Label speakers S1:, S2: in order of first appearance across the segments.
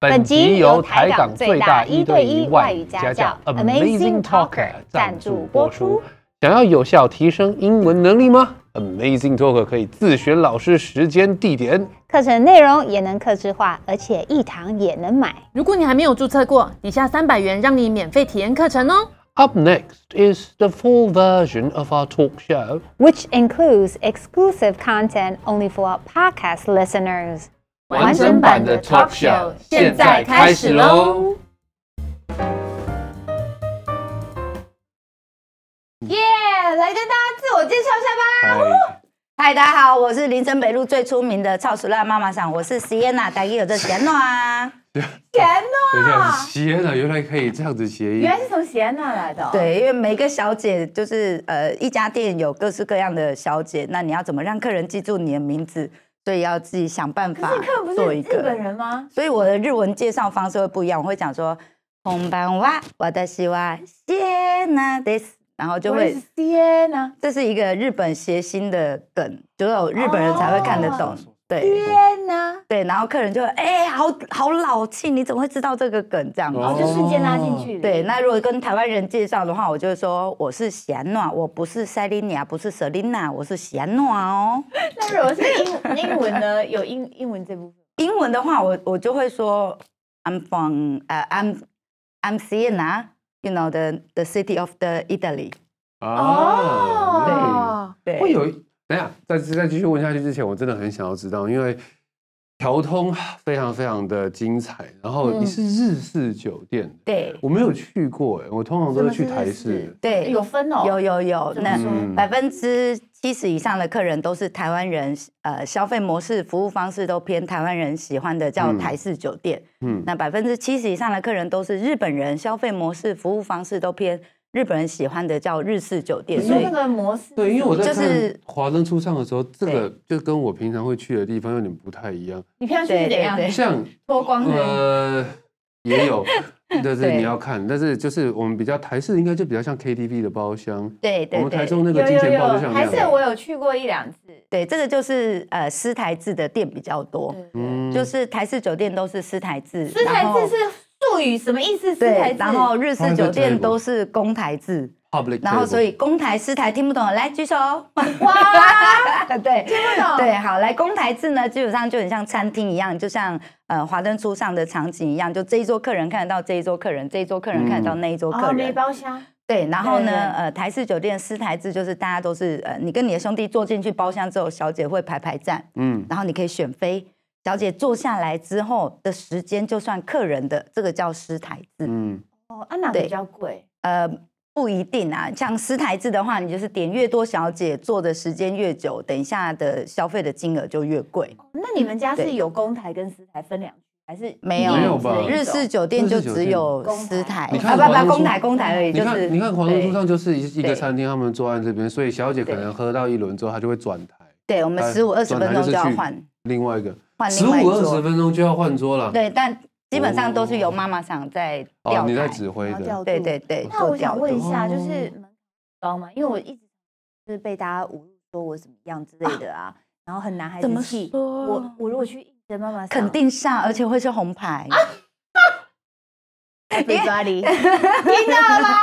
S1: 本集由台港最大一对一外语家教 Amazing Talker 赞助播出。想要有效提升英文能力吗？Amazing Talker 可以自选老师、时间、地点。
S2: 课程内容也能客制化，而且一堂也能买。
S3: 如果你还没有注册过，底下三百元让你免费体验课程哦。
S1: Up next is the full version of our talk show.
S2: which includes exclusive content only for our podcast listeners.
S1: 完整版的 talk show 现在开始喽！
S4: 耶、来跟大家自我介绍一下吧。嗨，大家好，我是林森北路最出名的超熟辣妈妈桑，我是 Sienna，大家有这 Sienna 啊，Sienna，
S5: 等一下，斜了，原来可以这样子谐音
S6: 原。来是从斜那来的、哦。，
S4: 对，因为每个小姐就是呃一家店有各式各样的小姐，那你要怎么让客人记住你的名字？所以要自己想办法
S6: 可是客人不
S4: 做
S6: 是
S4: 一
S6: 日本
S4: 个。
S6: 人吗？
S4: 所以我的日文介绍方式会不一样，我会讲说“红班哇，我的西哇 Sienna this”，然后就
S6: 我
S4: 会
S6: 也是 C 呢。
S4: 这是一个日本谐星的梗，只有日本人才会看得懂。对
S6: 哦天哪！
S4: 对，然后客人就会哎、好好老气，你怎么会知道这个梗？这样子。
S5: 哦
S6: 哦，就瞬间拉进去了。
S4: 哦对，那如果跟台湾人介绍的话，我就会说我是喜安诺，我不是塞琳娜，不是舍琳娜，我是喜安诺哦。
S6: 那如果是英英文呢？有英英文这部分。
S4: 英文的话，我我就会说 I'm from 呃、I'm I'm Siena，you know the the city of the Italy。
S5: 哦，
S4: 对，
S5: 啊会有等一下，在在继续问下去之前，我真的很想要知道，因为调通非常非常的精彩。然后
S4: 嗯
S5: 你是日式酒店，
S4: 对
S5: 我没有去过哎， 我通常都是去台式。
S4: 对
S6: 有分哦。
S4: 有有有，
S6: 怎么
S4: 那
S6: 说
S5: 嗯
S4: 百分之七十以上的客人都是台湾人，呃，消费模式、服务方式都偏台湾人喜欢的，叫
S5: 嗯
S4: 台式酒店。
S5: 嗯，
S4: 那百分之七十以上的客人都是日本人，消费模式、服务方式都偏日本人喜欢的，叫日式酒店。
S6: 你
S4: 所
S6: 说
S4: 以
S6: 那，个模式？
S5: 对，因为我在
S4: 就
S5: 看
S4: 是
S5: 《华灯初上》的时候，这个就跟我平常会去的地方有点不太一样，
S6: 你平常去是怎样？
S4: 对
S5: 像
S6: 脱光的。
S5: 呃，也 有，但是
S4: 对
S5: 你要看，但是就是我们比较台式，应该就比较像 KTV 的包厢。
S4: 对
S5: 我
S4: 对
S5: 们台
S4: 对
S5: 中那
S6: 有
S5: 个金
S6: 有
S5: 钱豹就
S6: 有，
S5: 像那
S6: 还
S5: 样。
S6: 是我有去过一两次。
S4: 对，这个就是呃，私台制的店比较多，
S6: 嗯。
S5: 嗯
S4: 就是台式酒店都是私台制，
S6: 四台
S4: 然后
S6: 字是术语，什么意思？四台
S4: 对
S6: 字，，
S4: 然后日
S5: 他
S4: 式
S5: 们在
S4: 酒店
S5: 泰国
S4: 都是公台制，
S5: public，
S4: 然后
S5: table
S4: 所以公台、私台听不懂的来举手。
S6: 哇，
S4: 对，
S6: 听不懂。
S4: 对，好，来公台制呢，基本上就很像餐厅一样，就像呃华灯初上的场景一样，就这一桌客人看得到这一桌客人，这一桌客人看得到那一桌客
S6: 哦，
S4: 人。
S6: 没包厢。
S4: 对，然后呢，
S6: 对对
S4: 呃，台式酒店私台制就是大家都是呃，你跟你的兄弟坐进去包厢之后，小姐会排排站，
S5: 嗯，
S4: 然后你可以选妃。小姐坐下来之后的时间就算客人的，这个叫私台制。
S5: 嗯，
S6: 哦，啊，哪个
S4: 对
S6: 比较贵？
S4: 呃，不一定啊。像私台制的话，你就是点越多小姐坐的时间越久，等一下的消费的金额就越贵。
S6: 哦那你们家是
S4: 对
S6: 有公台跟私台分两区，还是
S4: 没有
S5: 没有吧
S4: 日式酒店就只有私台，
S5: 日式酒
S4: 啊
S5: 店
S4: 不
S5: 公台
S4: 不公台公台而已，
S5: 你
S4: 就
S5: 看，
S4: 是
S5: 你看《黄龙书上》就是一一
S4: 对
S5: 个餐厅，他们坐在这边，所以小姐可能喝到一轮之后，她就会转台，
S4: 对我们
S5: 哎
S4: 十五二十
S5: 转
S4: 分
S5: 台
S4: 钟
S5: 是
S4: 就要
S5: 去
S4: 换
S5: 另外一个，
S4: 换
S5: 十
S4: 另外一
S5: 五二十
S4: 桌，
S5: 分钟就要换桌了。，
S4: 对，但基本上都是由妈妈桑在
S5: 哦
S4: 调，
S5: 你在
S4: 台，
S5: 指挥
S6: 然后调
S5: 的，
S6: 度
S4: 对对对，
S6: 那我
S4: 做调
S6: 想问一
S4: 度。
S6: 下，就是门槛高吗？因为我一直就是被大家侮辱说我怎么样之类的啊，然后很男孩
S3: 怎
S6: 子
S3: 么
S6: 气。
S3: 说
S6: 我我如果去应征妈妈桑，
S4: 肯定上，而且会是红牌，
S6: 被 抓你，听到了吗？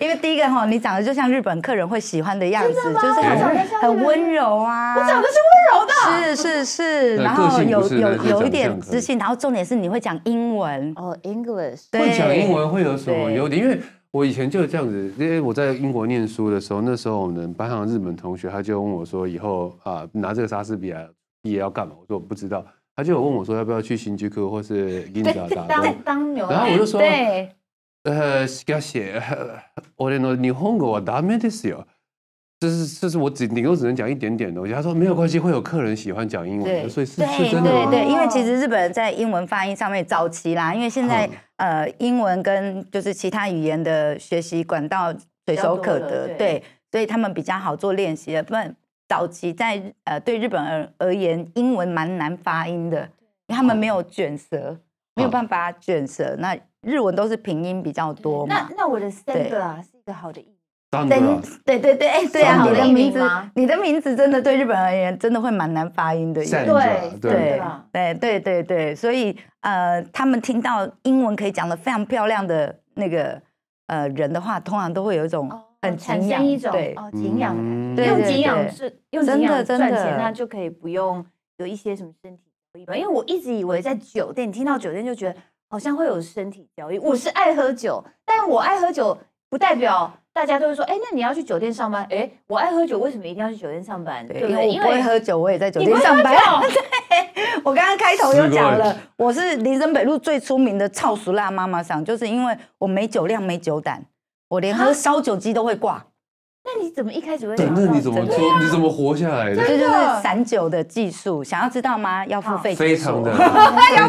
S4: 因为第一个哈，你长得就像日本客人会喜欢的样子，就是
S5: 我长
S4: 很
S6: 得像日本
S4: 很
S6: 人
S4: 温柔啊。
S6: 我长得是温柔的。
S4: 是是是，
S5: 对
S4: 然
S5: 个
S4: 后
S5: 性不
S4: 有
S5: 是
S4: 有
S5: 但是
S4: 有
S5: 长
S4: 一点
S5: 相可以
S4: 自信，然后重点是你会讲英文，
S6: 哦，English，
S4: 对，
S5: 会讲英文会有什么
S4: 对
S5: 优点？因为我以前就是这样子，因为我在英国念书的时候，那时候我们班上的日本同学他就问我说，以后啊拿这个莎士比亚毕业要干嘛？我说我不知道，他就有问我说要不要去新居科或是银
S6: 对
S5: 甲打工
S6: 当。当牛
S5: 然后
S6: 奶，
S5: 我就说，
S4: 对，
S5: 呃，しかし、呃俺の日本語はダメですよ。这是这是我只顶多只能讲一点点的东西。他说没有关系，会有客人喜欢讲英文的，
S4: 对
S5: 所以是是
S4: 对
S5: 真的
S4: 对
S5: 吗？
S4: 对，因为其
S6: 哦
S4: 实日本人在英文发音上面早期啦，因为现在、呃英文跟就是其他语言的学习管道随手可
S6: 比较多
S4: 得，
S6: 了对
S4: 对，所以他们比较好做练习的。不然早期在呃对日本而而言，英文蛮难发音的，因为他们没有卷舌，没有办法卷舌。那日文都是平音比较多嘛
S6: 那，那我的 s t a n d
S4: 对
S6: a 啊是一个好的意思，
S5: 真的
S4: 真
S5: 啊，
S4: 对对对，哎，对
S5: 真
S4: 啊，
S5: 的
S4: 你的
S5: 啦
S4: 名
S6: 地名
S4: 字
S6: 吗，
S4: 你的名字真的对日本而言真的会蛮难发音的耶。
S5: Sandra，
S6: 对
S5: 对
S6: 对吧
S4: 对哎对对对，所以呃，他们听到英文可以讲的非常漂亮的那个呃人的话，通常都会有一种
S6: 哦
S4: 很
S6: 产
S4: 敬仰
S6: 生一种
S4: 对
S6: 哦敬仰的感觉。
S5: 嗯
S4: 对
S6: 用
S4: 对
S6: 敬仰
S4: 对
S6: 是用
S4: 真
S6: 敬
S4: 的
S6: 仰
S4: 真
S6: 赚钱，
S4: 的
S6: 那就可以不用有一些什么身体交易吧。因为我一直以为在酒店，你听到酒店就觉得好像会有身体交易。我是爱喝酒，但我爱喝酒不代表大家都会说，哎，那你要去酒店上班？哎，我爱喝酒，为什么一定要去酒店上班？对
S4: 对，
S6: 不
S4: 因
S6: 对？
S4: 为我
S6: 因
S4: 不会
S6: 为
S4: 喝酒，我也在酒
S6: 你不
S4: 店
S6: 会
S4: 上
S6: 喝
S4: 班。
S6: 酒，
S4: 我刚刚开头有讲
S5: 十
S4: 了
S5: 个，
S4: 我是林森北路最出名的超熟辣妈妈桑，就是因为我没酒量没酒胆，我连
S6: 啊
S4: 喝烧酒鸡都会挂，
S6: 那你怎么一开始会
S5: 对
S6: 想
S5: 那
S6: 到
S5: 你怎么
S6: 这个
S5: 做？你怎么活下来的？
S4: 这就是散酒的技术。想要知道吗？要付费
S5: 非
S4: 解
S5: 常
S4: 锁，
S5: 的
S4: 要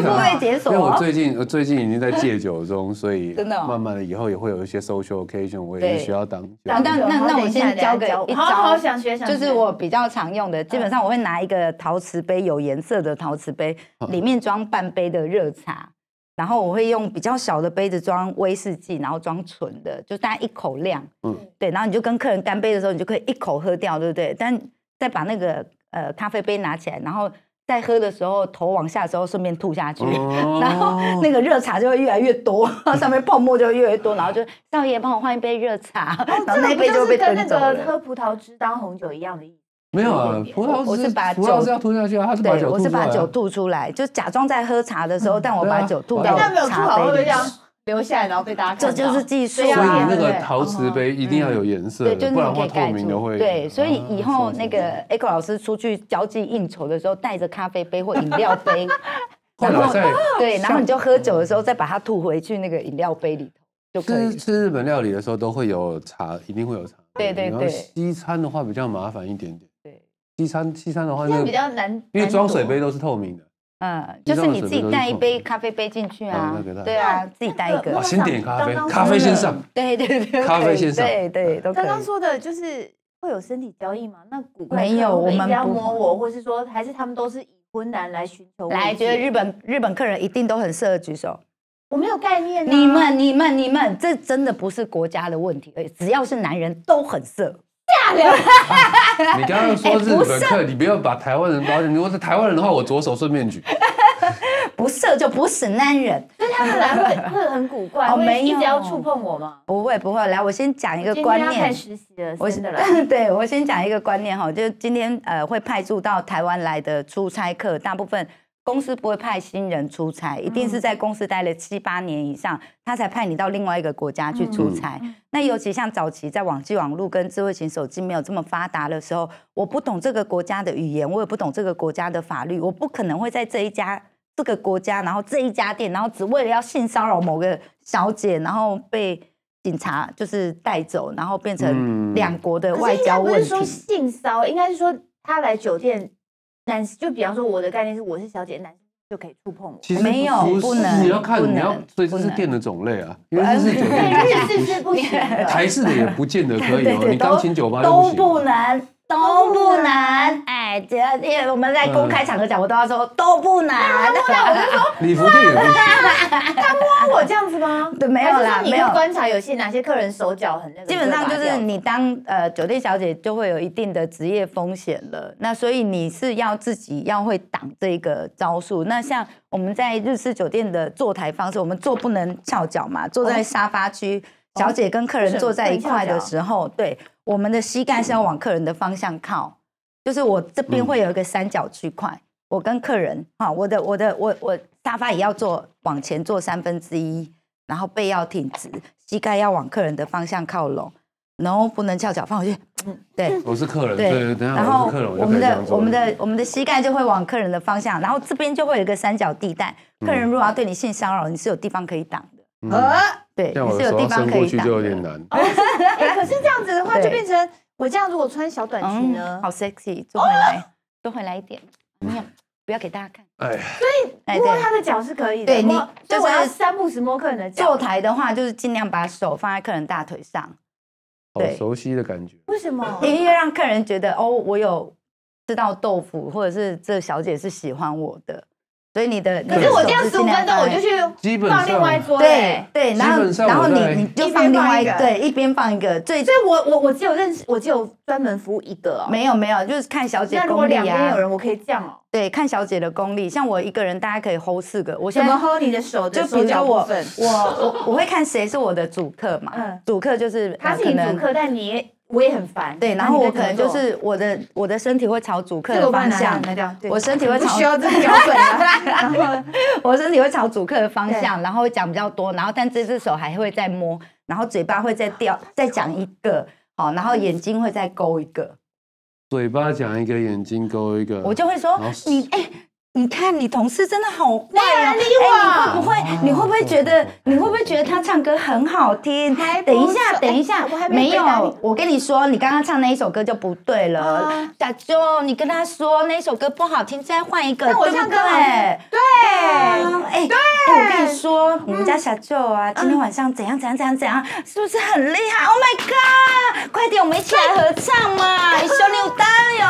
S5: 要
S4: 付费解
S5: 因
S4: 锁
S5: 为我
S4: 哦。
S5: 最近我最近已经在戒酒中，所以
S4: 真的哦
S5: 慢慢的以后也会有一些 social occasion，我也
S4: 对
S5: 是需要当酒。
S4: 那那那那我先教个一招，
S6: 好好想学，想学
S4: 就是我比较常用的，基本上我会拿一个陶瓷杯，有颜色的陶瓷杯，里面装半杯的热茶，然后我会用比较小的杯子装威士忌，然后装纯的，就大家一口量。嗯
S5: 嗯，
S4: 对，然后你就跟客人干杯的时候，你就可以一口喝掉，对不对？但再把那个呃咖啡杯拿起来，然后在喝的时候头往下的时候顺便吐下去。
S5: 哦
S4: 然后那个热茶就会越来越多， 上面泡沫就会越来越多，然后就少爷帮我换一杯热茶，然后
S6: 这
S4: 那
S6: 个
S4: 一
S6: 不
S4: 杯就
S6: 就
S4: 会被
S6: 是跟那
S4: 蹬走了。
S6: 个喝葡萄汁当红酒一样的意思？
S5: 没有啊，葡萄
S4: 我
S5: 汁
S4: 是把
S5: 葡萄
S4: 酒
S5: 汁要吞下去啊，他是把
S4: 对，
S5: 酒
S4: 我
S5: 吐
S4: 是
S5: 出来
S4: 把
S5: 啊
S4: 酒吐出来，就假装在喝茶的时
S6: 嗯
S4: 候，但我
S5: 对啊
S4: 把酒吐
S5: 把
S4: 到
S5: 酒
S6: 那没有吐好
S4: 茶
S6: 会不
S4: 杯
S6: 会
S4: 里
S6: 这样
S4: 面。
S6: 留下来，然后被大家
S4: 这
S6: 看到？
S4: 就是技术
S6: 对
S5: 所以
S6: 啊
S5: 那
S6: 对
S5: 个
S6: 对
S5: 陶瓷杯一定要有颜色
S4: 嗯对，
S5: 的，
S4: 就是
S5: 不然
S4: 那
S5: 的
S4: 个可
S5: 话
S4: 以
S5: 透
S4: 盖
S5: 明的
S4: 住。
S5: 会。
S4: 对，所以以后
S5: 啊
S4: 那个 Echo 老师出去交际应酬的时候，带着咖啡杯或饮料杯，
S5: 后来在
S4: 对，然后你就喝酒的时候再把它吐回去那个饮料杯里头就可
S5: 吃
S4: 以了。
S5: 吃日本料理的时候都会有茶，一定会有茶。
S4: 对对
S5: 然后
S4: 对
S5: 西餐的话比较麻烦一点点。
S4: 对，
S5: 西餐西餐的话，
S6: 这
S5: 那
S6: 样
S5: 个
S6: 比较难，
S5: 因为装
S6: 难躲
S5: 水杯都是透明的，
S4: 嗯，就是你自己带一杯咖啡杯进去啊
S5: 哦那个大，
S4: 对啊，自己带一个
S6: 那
S5: 啊，
S6: 个。
S5: 先点咖啡
S6: 刚，刚
S5: 咖啡先 上。
S4: 对对对都可以，
S5: 咖啡先上
S4: 对对都可
S6: 刚
S4: 以。
S6: 刚说的就是会有身体交易嘛？那古怪
S4: 没有
S6: 客户
S4: 我们
S6: 一定要
S4: 不
S6: 摸我，或是说还是他们都是已婚男来寻求我
S4: 来，觉得
S6: 解
S4: 日本日本客人一定都很适合举手。
S6: 我没有概念、啊，
S4: 你们、你们、你们，这真的不是国家的问题，而已只要是男人都很色。
S5: 你刚刚说日
S4: 哎不
S5: 本客，你不要把台湾人当成，如果是台湾人的话，我左手顺便举。
S4: 不色就不是男人。
S6: 所以他们来会会很古怪，
S4: 哦
S6: 会
S4: 没
S6: 一直要
S4: 有
S6: 触碰我吗？
S4: 不会不会，来，我先讲一个
S6: 今天
S4: 观
S6: 要开
S4: 念。
S6: 实习了，
S4: 我
S6: 真 的啦。
S4: 对我先讲一个观念哈，就今天呃会派驻到台湾来的出差客，大部分公司不会派新人出差，一
S6: 嗯
S4: 定是在公司待了七八年以上，他才派你到另外一个国家去
S6: 嗯
S4: 出差。那尤其像早期在网际网络跟智慧型手机没有这么发达的时候，我不懂这个国家的语言，我也不懂这个国家的法律，我不可能会在这一家。这个国家，然后这一家店，然后只为了要性骚扰某个小姐，然后被警察就是带走，然后变成
S5: 嗯
S4: 两国的
S6: 可是
S4: 外
S6: 应该
S4: 交
S6: 不
S4: 问
S6: 是
S4: 题。
S6: 说性骚扰，应该是说他来酒店，男就比方说我的概念是我是小姐，男生就可以触碰 我。
S5: 其实
S4: 没有
S5: 不
S4: 不
S5: 是
S4: 能
S5: 你要看
S4: 不
S5: 你要
S4: 能，
S5: 所以这
S4: 不
S5: 是
S4: 能
S5: 店的种类啊，因为这是酒
S6: 对，
S5: 店
S6: 日式是不行的，
S5: 台式的也不见得可以
S4: 对
S5: 哦，
S4: 对
S5: 你钢琴酒吧就
S4: 都
S5: 不行。
S4: 不能，都不能。哎，只要因为我们在公
S5: 嗯
S4: 开场合讲，我都要说都不能。
S5: 礼服店也不行，
S6: 那我这样子吗？
S4: 对没有啦
S6: 还是说你
S4: 没有
S6: 会观察有些哪些客人手脚很那个，
S4: 基本上就
S6: 会把它
S4: 是
S6: 掉
S4: 你当呃酒店小姐就会有一定的职业风险了，那所以你是要自己要会挡这个招数。那像我们在日式酒店的坐台方式，我们坐不能翘脚嘛，
S6: 哦
S4: 坐在沙发区，小姐跟客人坐在一块的时候，对，我们的膝盖是要往客人的方向靠，就是我这
S5: 嗯
S4: 边会有一个三角区块，我跟客人哈，我的我的我我沙发也要坐往前坐三分之一。然后背要挺直，膝盖要往客人的方向靠拢，然后不能翘脚放回去。对
S5: 我是客人，对
S4: 对
S5: 对，，等一
S4: 然
S5: 下我
S4: 后
S5: 是客人，我
S4: 我
S5: 就可
S4: 们
S5: 以这
S4: 的
S5: 样做。
S4: 我们的我们的膝盖就会往客人的方向，然后这边就会有一个三角地带。客人如果要对你性骚扰，你是有地方可以挡的，
S5: 嗯，
S4: 对，
S5: 像
S4: 你
S5: 我的
S4: 是有
S5: 手
S4: 地
S5: 要
S4: 方
S5: 伸
S4: 可
S5: 过
S4: 以
S5: 去
S4: 挡
S5: 就有点
S4: 的。
S5: 难。
S6: 哎可是这样子的话，
S4: 对
S6: 就变成我这样，如果穿小短裙呢
S4: 嗯，？好 sexy，坐回来，坐回来一点，没有，不要给大家看。
S5: 哎呀，
S4: 哎，
S6: 摸
S4: 对。
S6: 他的脚是可以的，
S4: 对你
S6: 摸所以我要
S4: 就是
S6: 三不时摸客人的脚
S4: 坐。台的话，就是尽量把手放在客人大腿上，
S5: 好
S4: 对
S5: 熟悉的感觉。
S6: 为什么？
S4: 因为让客哦人觉得哦，我有吃到豆腐，或者是这小姐是喜欢我的。所以你的
S6: 可是我这样十五分钟我就
S4: 去。
S6: 去
S5: 基本
S6: 放
S5: 上
S6: 另外一桌哎
S4: 对
S6: 嘞。
S4: 对，然后
S5: 基本上
S4: 然后
S5: 我在
S4: 你你就
S6: 一边
S4: 放另
S6: 放
S4: 外
S6: 一
S4: 一
S6: 个
S4: 对一边放一个最
S6: 所以我我我只有认识，我只有专门服务一个哦。
S4: 没有没有，就是看小姐
S6: 那如果
S4: 功力
S6: 两边
S4: 啊
S6: 有。人，我可以这样哦。
S4: 对，看小姐的功力。像我一个人，大家可以 hold 四个。我
S6: 怎
S4: 现在
S6: 么 hold 你的手
S4: 就
S6: 的
S4: 比如
S6: 手
S4: 说
S6: 脚
S4: 我
S6: 部分？
S4: 我我我会看谁是我的主客嘛。
S6: 嗯
S4: 主客就是
S6: 他
S4: 呃
S6: 是
S4: 可
S6: 你
S4: 能
S6: 主客，但你也我也很烦。
S4: 对，然
S6: 那
S4: 后
S6: 你
S4: 我
S6: 该
S4: 可能
S6: 怎
S4: 就
S6: 么做
S4: 是我的我的身体会朝主客
S6: 这个
S4: 的
S6: 我帮
S4: 方
S6: 你拿掉
S4: 向，
S6: 拿掉。对
S4: 我身体会
S6: 不
S4: 朝
S6: 需要这个标本啊。 然 后
S4: 我身体会朝主客的方
S6: 对
S4: 向，然后会讲比较多，然后但这只手还会再摸，然后嘴巴会再掉再讲一个，好，然后眼睛会再勾一个，
S5: 嘴巴讲一个，眼睛勾一个，
S4: 我就会说
S5: 嗯然后
S4: 你哎。你看，你同事真的好坏哦！理
S6: 我
S4: 你会不会？你会不会觉得？
S5: 嗯
S4: 你会不会觉得他唱歌很好听？
S6: 还不
S4: 等一
S6: 错
S4: 下，等一下
S6: 哎我还，没
S4: 没
S6: 回答你
S4: 有，我跟你说，你刚刚唱那一首歌就不对了
S6: 啊。
S4: 小舅，你跟他说那一首歌不好听，再换一个，
S6: 那我
S4: 对不
S6: 唱歌
S4: 对
S6: 好听对，嗯
S4: 哎、哎我跟你说，我们家小舅啊，今天晚上怎样怎样怎样怎样，是不是很厉害？Oh my god！快点，我们一起来合唱嘛！
S6: 啊
S4: 一緒に歌哟。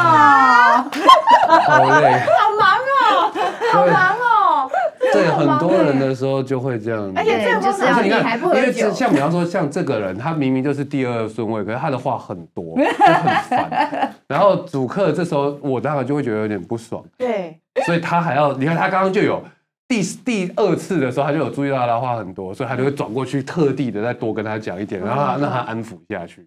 S5: 好累。
S6: 好忙哦，好忙哦。
S5: 对很多人的时候就会这样子。
S6: 而且最后
S4: 就是
S5: 而
S6: 呢，
S5: 且你
S6: 你还
S5: 看，
S6: 不
S5: 因
S6: 喝
S5: 为
S6: 酒
S5: 这，像比方说像这个人，他明明就是第二顺位，可是他的话很多，就很烦。然后主客这时候，我当然就会觉得有点不爽，
S6: 对，
S5: 所以他还要，你看他刚刚就有第第二次的时候，他就有注意到他的话很多，所以他就会转过去特地的再多跟他讲一点，然后他
S4: 嗯
S5: 让他安抚下去。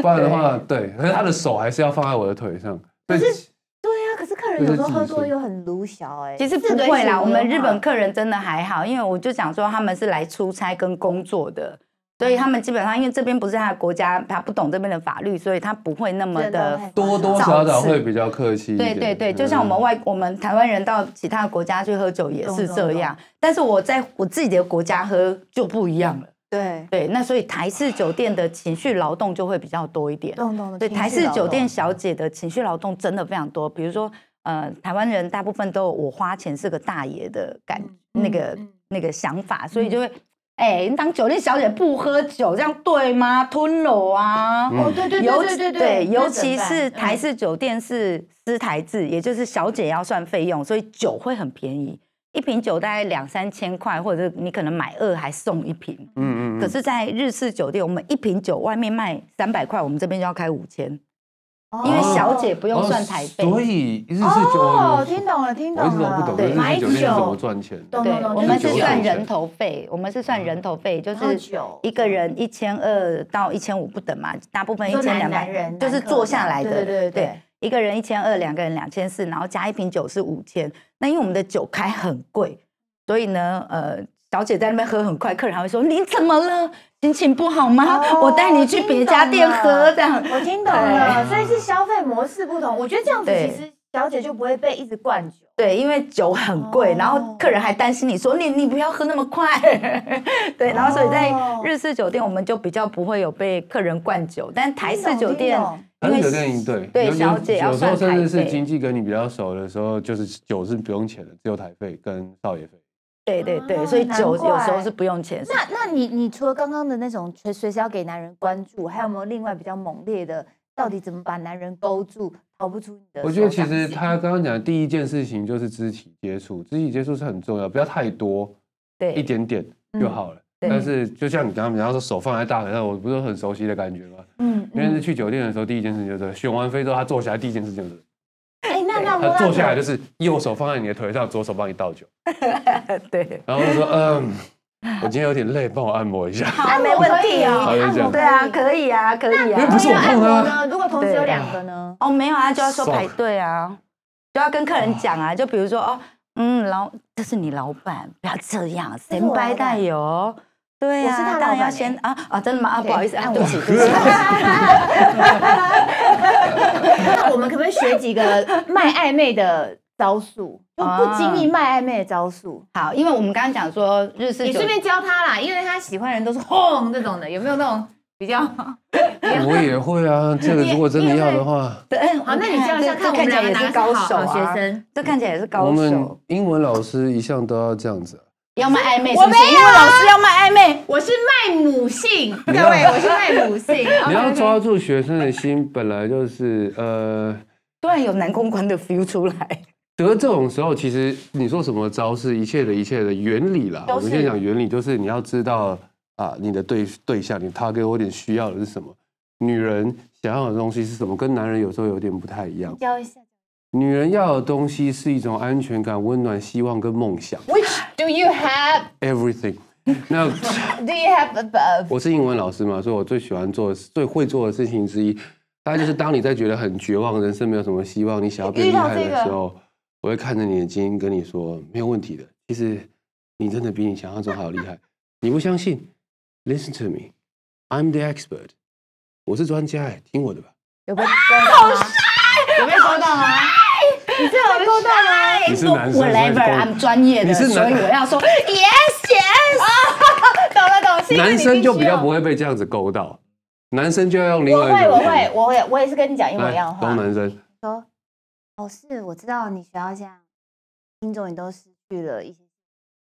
S5: 不然的话，对，可是他的手还是要放在我的腿上。对，
S6: 对啊。可是客人有时候喝多又很鲁小哎。
S4: 其实不会啦，我们日本客人真的还好，因为我就讲说他们是来出差跟工作的。所以他们基本上，因为这边不是他的国家，他不懂这边的法律，所以他不会那么
S6: 真
S4: 的
S6: 的会
S5: 多多少少会比较客气一
S4: 对
S5: 点。嗯
S4: 对对，就像我们外我们台湾人到其他国家去喝酒也是
S6: 懂
S4: 这样，但是我在我自己的国家喝就不一样了。
S6: 对，
S4: 对，那所以台式酒店的情绪劳动就会比较多一点。
S6: 懂懂的。
S4: 对，
S6: 哦情绪
S4: 台式
S6: 劳
S4: 酒
S6: 动
S4: 店小姐的情绪劳动真的非常多，比如说。呃，台湾人大部分都有我花钱是个大爷的感，
S6: 嗯
S4: 那个、那个想法，所以就会，哎、你当酒店小姐不喝酒，这样对吗？吞楼啊，
S5: 嗯
S6: 哦，对对
S4: 尤
S6: 对对
S4: 对，
S6: 对，
S4: 尤其是
S6: 嗯
S4: 台式酒店是私台制，也就是小姐要算费用，所以酒会很便宜，一瓶酒大概两三千块，或者你可能买二还送一瓶。
S5: 嗯，嗯嗯。
S4: 可是，在日式酒店，我们一瓶酒外面卖三百块，我们这边就要开五千，因为小姐不用算台费。
S5: 哦所以日式酒
S6: 哦，听懂了，听懂
S5: 我一直都
S6: 了，
S5: 不懂
S4: 对
S5: 日
S6: 买
S5: 式酒店是怎么
S6: 酒，
S5: 赚钱的。
S6: 懂
S4: 对
S6: 懂懂，，
S4: 我
S6: 就
S4: 们
S5: 酒
S4: 是
S5: 店
S4: 算
S5: 有
S4: 人
S5: 钱
S4: 头费，我们是算人头费，就
S6: 喝
S4: 是
S6: 酒
S4: 一个人一千二到一千五不等嘛，大部分一
S6: 就
S4: 千两
S6: 男
S4: 百
S6: 男人
S4: 就是坐下来的，
S6: 对对对对，
S4: 一个人一千二，两个人两千四，然后加一瓶酒是五千。那因为我们的酒开很贵，所以呢，呃，小姐在那边喝很快，客人还会说你怎么了？心情不好吗？
S6: 哦
S4: 啊我带你去别家店喝
S6: 我
S4: 这样。
S6: 我听懂了，所以是消费模式不同。我觉得这样子
S4: 对
S6: 其实小姐就不会被一直灌酒。
S4: 对，因为酒很贵，
S6: 哦
S4: 然后客人还担心你说你你不要喝那么快， 对，然后所以在
S6: 哦
S4: 日式酒店我们就比较不会有被客人灌酒，但台式酒店
S6: 听懂
S5: 而
S4: 因为
S5: 且跟你对
S4: 对
S5: 有
S4: 小姐要
S5: 有有时候
S4: 算台
S5: 甚至是
S4: 费
S5: 经济跟你比较熟的时候，就是酒是不用钱的，只有台费跟少爷费。
S4: 对对对，
S6: 哦
S4: 所以
S6: 难
S4: 酒有时候
S6: 怪
S4: 是不用钱。
S6: 那那你你除了刚刚的那种随随时要给男人关注，还有没有另外比较猛烈的？到底怎么把男人勾住，逃不出你的手掌心？
S5: 我觉得其实他刚刚讲的第一件事情就是肢体接触，肢体接触是很重要，不要太多，一
S4: 对
S5: 点点就好了。
S4: 对
S5: 但是就像你刚刚比方说手放在大腿上，我不是很熟悉的感觉吗？
S6: 嗯，
S5: 因为是去酒店的时候，第一件事情就是选完飞之后，他坐下来第一件事情就是
S6: 哎，那那
S5: 他
S6: 我
S5: 坐下来就是右手放在你的腿上，左手帮你倒酒，
S4: 对，
S5: 然后就说嗯，我今天有点累，帮我按摩一下。
S4: 好，没
S6: 摩
S4: 问
S6: 可以
S4: 题
S6: 哦
S5: 好就这样
S4: 对啊，可以啊，可以
S5: 因为
S4: 啊
S5: 不。是我
S6: 按
S5: 碰
S6: 摩
S5: 啊。
S6: 呢？哎如果同时有两个呢？
S4: 哦，没有啊，就要说
S5: 爽
S4: 排队啊，就要跟客人讲啊，就比如说哦，嗯，老这是你老板，不要这样，
S6: 这
S4: 神
S6: 是我
S4: 拜
S6: 老板
S4: 带油。对
S6: 我是他
S4: 啊，
S6: 老
S4: 当然要
S6: 板
S4: 先
S6: 欸
S4: 啊啊，真的吗？啊，不好意思啊，
S6: 按
S4: 对不
S6: 我
S4: 起，对不起。啊
S6: 那我们可不可以学几个卖暧昧的 招数？就
S4: 啊
S6: 不经意卖暧昧的招数，
S4: 好，因为我们刚刚讲说日式
S6: 你
S4: 酒
S6: 顺便教他啦，因为他喜欢的人都是轰这种的，有没有那种比 较？
S5: 我也会啊，这个如果真的要的话，
S4: 对，哎
S6: 好，那你教一下，看
S4: 这
S6: 我们
S4: 看起来
S6: 两个
S4: 也
S6: 哪
S4: 是
S6: 个
S4: 高
S6: 好
S4: 手
S6: 好
S4: 啊
S6: 学，生。
S4: 这看起来也是
S5: 我
S4: 高
S5: 们
S4: 手，
S5: 英文老师一向都要这样子啊。
S4: 要卖暧昧是
S6: 我
S4: 不是？
S6: 没
S4: 因
S6: 有
S4: 为
S6: 啊
S4: 老师要卖暧昧，
S6: 我是卖母性，各
S5: 你要
S6: 位，哎我是卖母性。
S5: 你要
S6: OK，OK
S5: 抓住学生的心，本来就是呃，
S4: 突然有男公关的 feel 出来，
S5: 得这种时候，其实呃你说什么招式，一切的一切的原理啦，
S6: 都
S5: 我们先
S6: 是
S5: 讲原理，就是你要知道啊，你的对对象，你他给我点需要的是什么，女人想要的东西是什么，跟男人有时候有点不太一样。
S6: 教一下。
S5: 女人要的东西是一种安全感、温暖、希望跟梦想
S6: Which do you have?
S5: ，everything。那
S6: Do you have above?
S5: 我是英文老师嘛，所以我最喜欢做的、最会做的事情之一，大概就是当你在觉得很绝望、人生没有什么希望、你想要变
S6: 遇
S5: 厉
S6: 到
S5: 害的
S6: 这个
S5: 时候，我会看着你的眼睛跟你说，没有问题的。其实你真的比你想象中还要厉害。你不相信？Listen to me, I'm the expert。我是专家哎，听我的吧。
S4: 有被勾到吗？有被勾到吗？
S6: 你这有够大吗？
S5: 你是男生所以
S4: Whatever，
S5: 勾
S4: I'm 专业
S5: 你
S4: 的，
S5: 是
S4: 所
S5: 男
S4: 以我要说
S6: Yes, yes。懂哎了懂了，是因为你
S5: 男生就比较
S6: 必须要
S5: 不会被这样子勾到，男生就要用另
S6: 我
S5: 外
S6: 会
S5: 一种
S6: 我会我会我也是跟你讲一模一样的
S5: 来，
S6: 话
S5: 东。男生，
S6: 说，老师，我知道你学校这样，听众也都失去了一些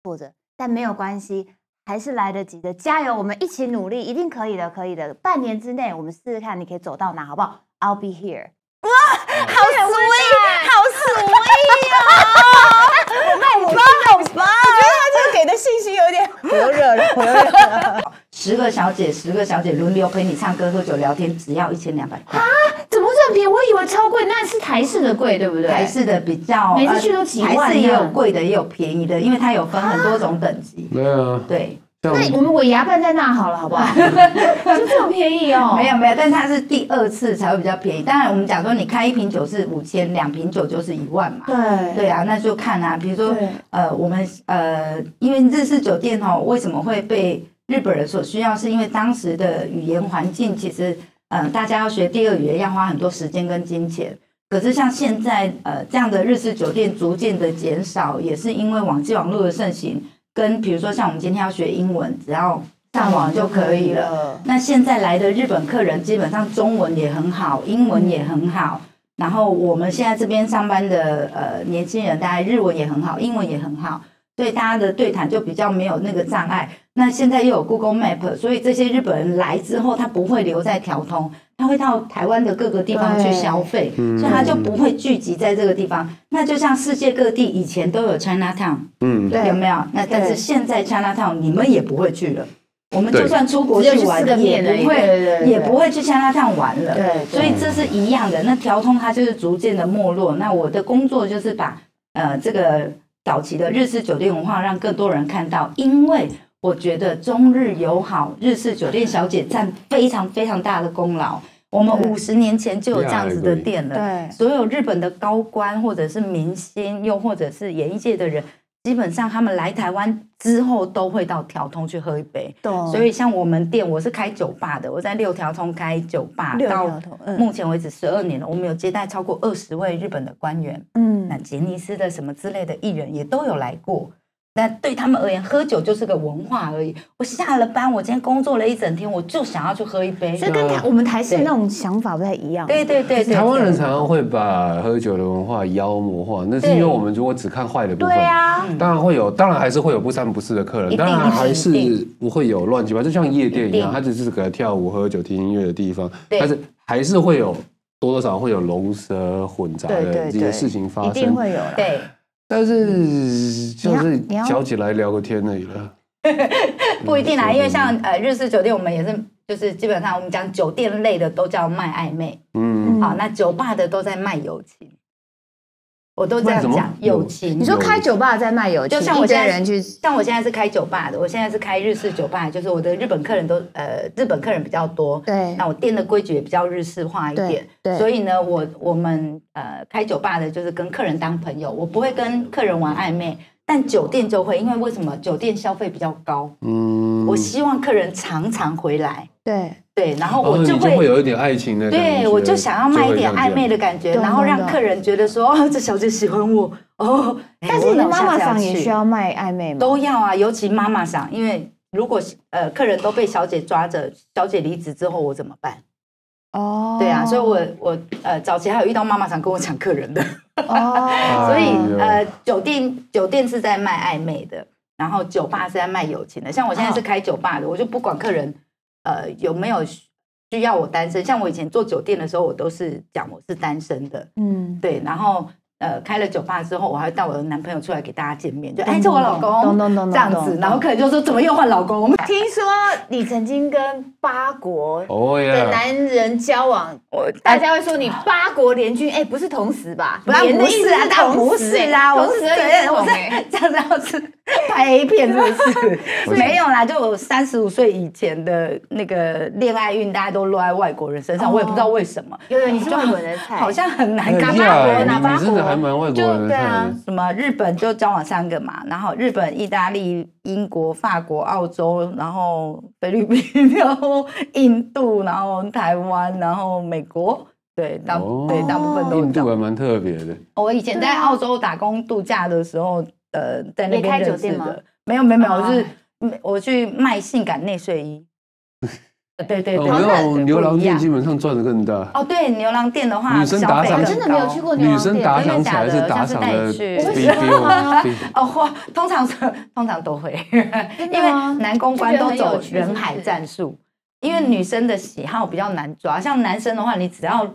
S6: 挫折，但没有关系，还是来得及的，加油，我们一起努力，一定可以的，可以的。半年之内，我们试试看，你可以走到哪，好不好？I'll be here。哇，好 sweet，好啊 sweet 啊！那我棒，好棒！我觉得他这个给的信心有点……
S4: 我又热了，我又热了。十个小姐，十个小姐轮流陪你唱歌、喝酒、聊天，只要一千两百块。
S6: 啊怎么这么便宜？我以为超贵，那是台式的贵，对不对？
S4: 台式的比较，
S6: 每次去都几万
S4: 台式也有
S6: 呢
S4: 贵的，也有便宜的，因为它有分很多种等级。
S5: 对啊，
S4: 对，
S5: 像
S6: 那我们尾牙办在那好了，好不好？ 就这么便宜 哦？
S4: 没有没有，但它是第二次才会比较便宜。当然，我们讲说你开一瓶酒是五千，两瓶酒就是一万嘛。
S6: 对
S4: 对啊，那就看啊，比如说
S6: 对
S4: 呃，我们呃，因为日式酒店哦，为什么会被日本人所需要？是因为当时的语言环境，其实呃，大家要学第二语言要花很多时间跟金钱。可是像现在呃这样的日式酒店逐渐的减少，也是因为网际网络的盛行，跟比如说像我们今天要学英文，只要上网就可以了。
S6: 了。
S4: 那现在来的日本客人基本上中文也很好，英文也很好。然后我们现在这边上班的呃年轻人，大概日文也很好，英文也很好，所以大家的对谈就比较没有那个障碍。那现在又有 Google Map，所以这些日本人来之后，他不会留在调通，他会到台湾的各个地方去
S6: 对
S4: 消费，
S5: 嗯
S4: 所以他就不会聚集在这个地方。那就像世界各地以前都有 China Town，
S5: 嗯，
S6: 对
S4: 有没有？那但是
S6: 对
S4: 现在 China Town 你们也不会去了，我们
S5: 对
S4: 就算出国
S6: 只有去
S4: 玩
S6: 吃个
S4: 也
S6: 面而已
S4: 不会，
S6: 对对对
S4: 也不会去 China Town 玩了。
S6: 对
S4: 所以这是一样的。那调通它就是逐渐的没落。那我的工作就是把呃这个早期的日式酒店文化让更多人看到，因为我觉得中日友好，日式酒店小姐占非常非常大的功劳。我们
S6: 对
S4: 五十年前就有这样子的
S5: Yeah, I agree.
S4: 店了，
S6: 对
S4: 所有日本的高官或者是明星，又或者是演艺界的人，基本上他们来台湾之后都会到调通去喝一杯。
S6: 懂
S4: 所以像我们店，我是开酒吧的，我在六条通开酒吧，
S6: 六条
S4: 到
S6: 通嗯
S4: 目前为止十二年了，我们有接待超过二十位日本的官员，那
S6: 嗯，
S4: 杰尼斯的什么之类的艺人也都有来过。那对他们而言，喝酒就是个文化而已。我下了班，我今天工作了一整天，我就想要去喝一杯。
S6: 这跟台我们台式那种想法不太一样。
S4: 对对对对，
S5: 台湾人常常会把喝酒的文化妖魔化，那是因为我们如果只看坏的部分，
S6: 对啊，
S5: 当然会有，当然还是会有不三不四的客
S4: 一
S5: 人，
S4: 定
S5: 当然还
S4: 一定一
S5: 是不会有乱七八，就像夜店一样，
S4: 一定
S5: 它只是个跳舞、喝酒、听音乐的地方，
S4: 对
S5: 但是还是会有多多少少会有龙蛇混杂
S6: 对
S5: 的
S6: 对
S5: 这
S6: 对
S5: 些事情
S6: 一
S5: 发
S6: 定
S5: 生。
S6: 会有了。
S4: 对。
S5: 但是就是
S6: 你要你要
S5: 小姐来聊个天而已了，
S4: 不一定啦，
S5: 嗯
S4: 因为像呃日式酒店，我们也是就是基本上我们讲酒店类的都叫卖暧昧，
S5: 嗯，
S4: 好，那酒吧的都在卖友情，我都这
S5: 卖什
S4: 样
S5: 么
S4: 讲友情
S6: 你。说开酒吧在卖油，
S4: 就像我
S6: 一堆
S4: 现在
S6: 人去，
S4: 像我现在是开酒吧的，我现在是开日式酒吧，就是我的日本客人都呃日本客人比较多，
S6: 对
S4: 那我店的规矩也比较日式化一点，
S6: 对对
S4: 所以呢，我我们呃开酒吧的就是跟客人当朋友，我不会跟客人玩暧昧，但酒店就会，因为为什么酒店消费比较高，
S5: 嗯，
S4: 我希望客人常常回来，
S6: 对
S4: 对，然后
S5: 哦
S4: 我
S5: 你
S4: 就
S5: 就
S4: 会。
S5: 会有一点爱情的感觉，
S4: 对，我就想要卖一点暧昧
S5: 的，
S4: 的感觉，
S6: 懂
S4: 然后让
S6: 懂懂
S4: 客人觉得说，哦，这小姐喜欢我哦。哎
S6: 但是
S4: 我
S6: 你
S4: 老
S6: 的妈
S4: 下
S6: 妈
S4: 次
S6: 桑也
S4: 去
S6: 需要卖暧昧吗？
S4: 都要啊，尤其妈妈桑，因为如果呃客人都被小姐抓着，小姐离职之后我怎么办？
S6: 哦，
S4: 对啊，所以我我呃早期还有遇到妈妈桑跟我抢客人的，
S6: 哦，
S4: 所以
S5: 哎呦
S4: 呃酒店酒店是在卖暧昧的，然后酒吧是在卖友情的。像我现在
S6: 嗯
S4: 是开酒吧的，我就不管客人呃有没有需需要我单身。像我以前做酒店的时候，我都是讲我是单身的，
S6: 嗯，
S4: 对，然后呃开了酒吧之后，我还会带我的男朋友出来给大家见面，就哎这我老公
S6: 嗯懂懂懂
S4: 这样子，然后客人就说怎么又换老公？
S6: 听说你曾经跟八国
S5: 哦
S6: 的
S5: 耶，
S6: 男人交往，
S4: 我
S6: 大家会说你八国联军，哎，不是同时吧？
S4: 哎不然
S6: 连的
S4: 不
S6: 意思
S4: 是啊，当然不
S6: 同时
S4: 是啦，
S6: 哎
S4: 我
S6: 同
S4: 是
S6: 时
S4: 这
S6: 而已哎
S4: 样，我
S6: 同时
S4: 是这样子要是拍 A 片是 不是？没有啦，就我三十五岁以前的那个恋爱运，大家都落在外国人身上，我也不知道为什么，
S6: 哦有有，你是外国人的菜，
S4: 好像很
S6: 哎
S5: 很
S4: 难搞。
S5: 厉害，
S6: 哪八
S5: 你你
S6: 国
S5: 真的还蛮外国人
S4: 就
S5: 的
S4: 对
S5: 菜
S4: 啊。，什么日本就交往三个嘛，然后日本、意大利、英国、法国、澳洲，然后菲律宾， 然后印度，然后台湾，然后美国，对，大、
S5: 哦
S4: 对大部分都是
S5: 印
S4: 这样
S5: 度还蛮特别的，
S4: 我以前在澳洲打工度假的时候，呃，在那
S6: 啊也开
S4: 边认
S6: 酒店
S4: 识
S6: 吗
S4: 的。没有没有没有，
S6: 哦
S4: 我是嗯我去卖性感内睡 衣。对对对，
S5: 我们那种哦牛郎店基
S4: 对不一
S5: 本
S4: 样
S5: 上赚的更大。
S4: 哦，对牛郎店的话，
S5: 女生
S4: 消
S5: 打
S4: 费
S5: 赏
S4: 更
S6: 哦我真的没有去过牛
S5: 女
S6: 郎
S5: 生
S6: 店，
S5: 打
S4: 真的
S5: 赏起
S4: 假
S5: 来是
S4: 的
S5: 打
S4: 下次
S5: 赏
S4: 带
S5: 的
S4: 你去
S5: 比
S4: 我
S5: 比
S4: 喜
S5: 我 比
S4: 高。哦，或通常是通常都会，因
S6: 的
S4: 为
S6: 吗
S4: 男公关都
S6: 就觉得很
S4: 走
S6: 有趣
S4: 人海战术，因
S6: 嗯
S4: 为女生的喜好比较难抓，像男生的话，你只要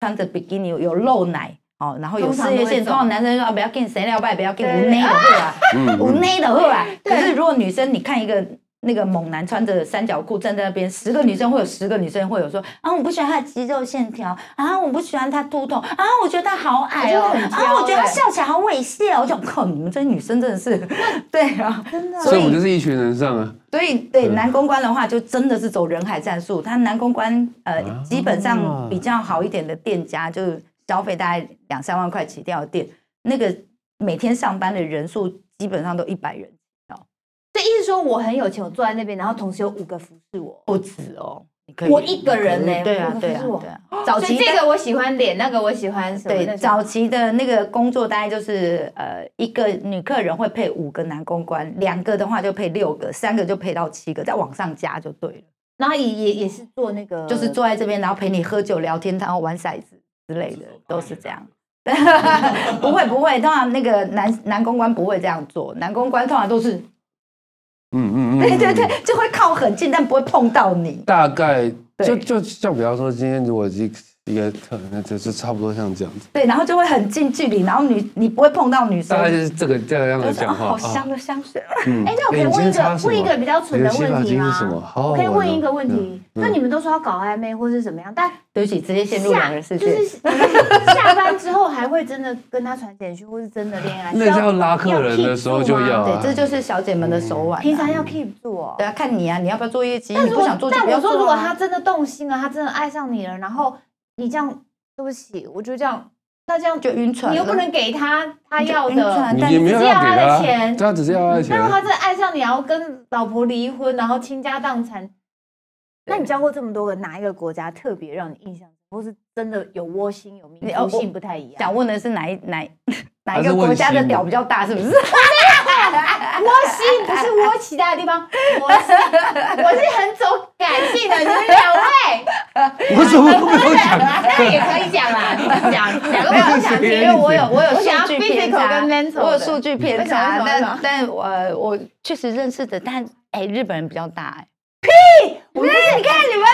S4: 穿着比基尼有露奶哦，然后有
S6: 通
S4: 事
S6: 常都
S4: 业
S6: 会
S4: 线，
S6: 走
S4: 通常男生说啊不要跟谁聊吧，不要跟
S6: 对啊
S4: 无
S5: 嗯
S4: 内的对吧？ 无
S5: 嗯，
S4: 内的会吧？
S6: 对
S4: 可是如果女生，你看一个那个猛男穿着三角裤站在那边，十个女生会有十个女生会有说啊，我不喜欢他的肌肉线条啊，我不喜欢他秃头啊，我觉得他好矮哦
S6: 我觉得很挑
S4: 啊，我觉得他
S6: 欸
S4: 笑起来好猥亵哦。我就靠，你们这些女生真的是 对啊，
S5: 所以我们就是一群人上啊。
S4: 所以对
S5: 嗯
S4: 男公关的话，就真的是走人海战术。他男公关呃
S5: 啊，
S4: 基本上比较好一点的店家，就是消费大概两三万块起跳的店，那个每天上班的人数基本上都一百人。
S6: 这意思说我很有钱，我坐在那边，然后同时有五个服侍我。
S4: 不止哦，你可
S6: 我一个人呢
S4: 对啊
S6: 我，
S4: 对
S6: 可
S4: 啊
S6: 是我，
S4: 对啊。
S6: 早哦所以期这个我喜欢脸，那个我喜欢什么？那
S4: 对，
S6: 个
S4: 早期的那个工作大概就是呃，一个女客人会配五个男公关，两个的话就配六个，三个就配到七个，再往上加就对了。
S6: 然后也也也是做那个，
S4: 就是坐在这边，然后陪你喝酒聊天，然后玩骰子之类的，都是这样。 不会不会，通常那个男男公关不会这样做，男公关通常都是
S5: 嗯嗯嗯，
S4: 对对
S5: 嗯
S4: 对，就会靠很近，但不会碰到你。
S5: 大概
S4: 对
S5: 就就像比方说，今天如果一一个客人，那就就差不多像这样子，
S4: 对，然后就会很近距离，然后女你不会碰到女生
S5: 大。概就是这个这样的
S4: 就是哦
S5: 讲话。啊
S4: 好香的香水。
S5: 嗯，
S6: 哎，那我可以
S5: 你今
S6: 问一
S5: 天擦
S6: 个
S5: 什么
S6: 问一个比较蠢的
S5: 你的
S6: 问
S5: 洗
S6: 题
S5: 发精
S6: 吗
S5: 是什么？？好好
S6: 我可以
S5: 玩哦
S6: 问一个问题，
S5: 嗯
S6: 那你们都说要搞暧昧或是怎么样，但
S4: 对不起，直接陷入
S6: 下
S4: 两人世
S6: 就
S4: 界。
S6: 是 下班之后还会真的跟他传简讯，或是真的恋爱？
S5: 那
S6: 是
S5: 要拉客人
S6: keep
S5: 的时候
S6: 住吗
S5: 就要啊
S4: 对，这就是小姐们的手腕啊、
S6: 平常要 keep 住哦
S4: 对。啊，看你啊，你要不要做业绩？
S6: 但
S4: 你
S6: 如
S4: 不
S6: 果
S4: 想做就
S6: 但
S4: 不
S6: 我
S4: 要做、
S6: 说，
S4: 啊。
S6: 如果他真的动心了，他真的爱上你了，然后你这样，对不起，我就这样，那这样
S4: 就晕船了，
S6: 你又不能给他他要
S4: 你就晕
S6: 的
S4: 船，
S5: 你
S4: 但
S5: 也没有
S6: 嗯只
S5: 要
S6: 要
S5: 给
S6: 他的
S5: 他
S6: 钱
S5: 他只是要他的
S6: 那
S5: 钱
S6: 如果
S5: 啊。
S6: 他真的爱上你，然后跟老婆离婚，然后倾家荡产，那你交过这么多个，哪一个国家特别让你印象深刻，或是真的有窝心、有民
S4: 你哦
S6: 族性不太一样？
S4: 想问的是哪一 哪一哪
S5: 还
S4: 一
S5: 是
S4: 个
S5: 问
S4: 国家的
S5: 心
S4: 屌比较大，是不是？
S6: 窝心不是窝其他地 方，我是我是很走感性的，你们两 位。
S5: 我怎么都没有讲？
S6: 那也可以讲啦，你讲两个我都想听，
S5: 因
S6: 因
S5: 为
S6: 为
S5: 我
S6: 我
S5: 有
S6: 有我有
S4: 我想要
S6: 数据
S4: physical
S6: 跟
S4: 跟
S6: mental，
S4: 我有数据偏
S6: 为什
S4: 差，
S6: 么为什么
S4: 但但我我确实认识的，但哎、日本人比较大哎、
S6: 我们你看你们，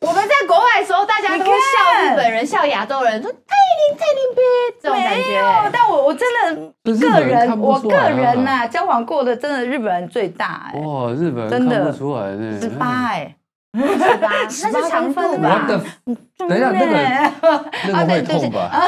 S6: 我们在国外的时候，大家都会笑日本人、笑亚洲人，说哎太灵太灵呗，这种感觉。
S4: 但我我真
S5: 可
S4: 的
S5: 是日
S4: 个
S5: 本人
S4: 人，
S5: 看不
S4: 我
S5: 出
S4: 个
S5: 来啊
S4: 人呐、交往过的真的日本人最大哎、
S5: 哇，日本人
S4: 真
S5: 看
S4: 的
S5: 不出来呢。
S4: 十八哎，
S6: 十八，那是常分
S5: 我
S6: 吧？
S5: 的，等一下那个
S4: 嗯
S5: 那个会痛吧？
S4: 啊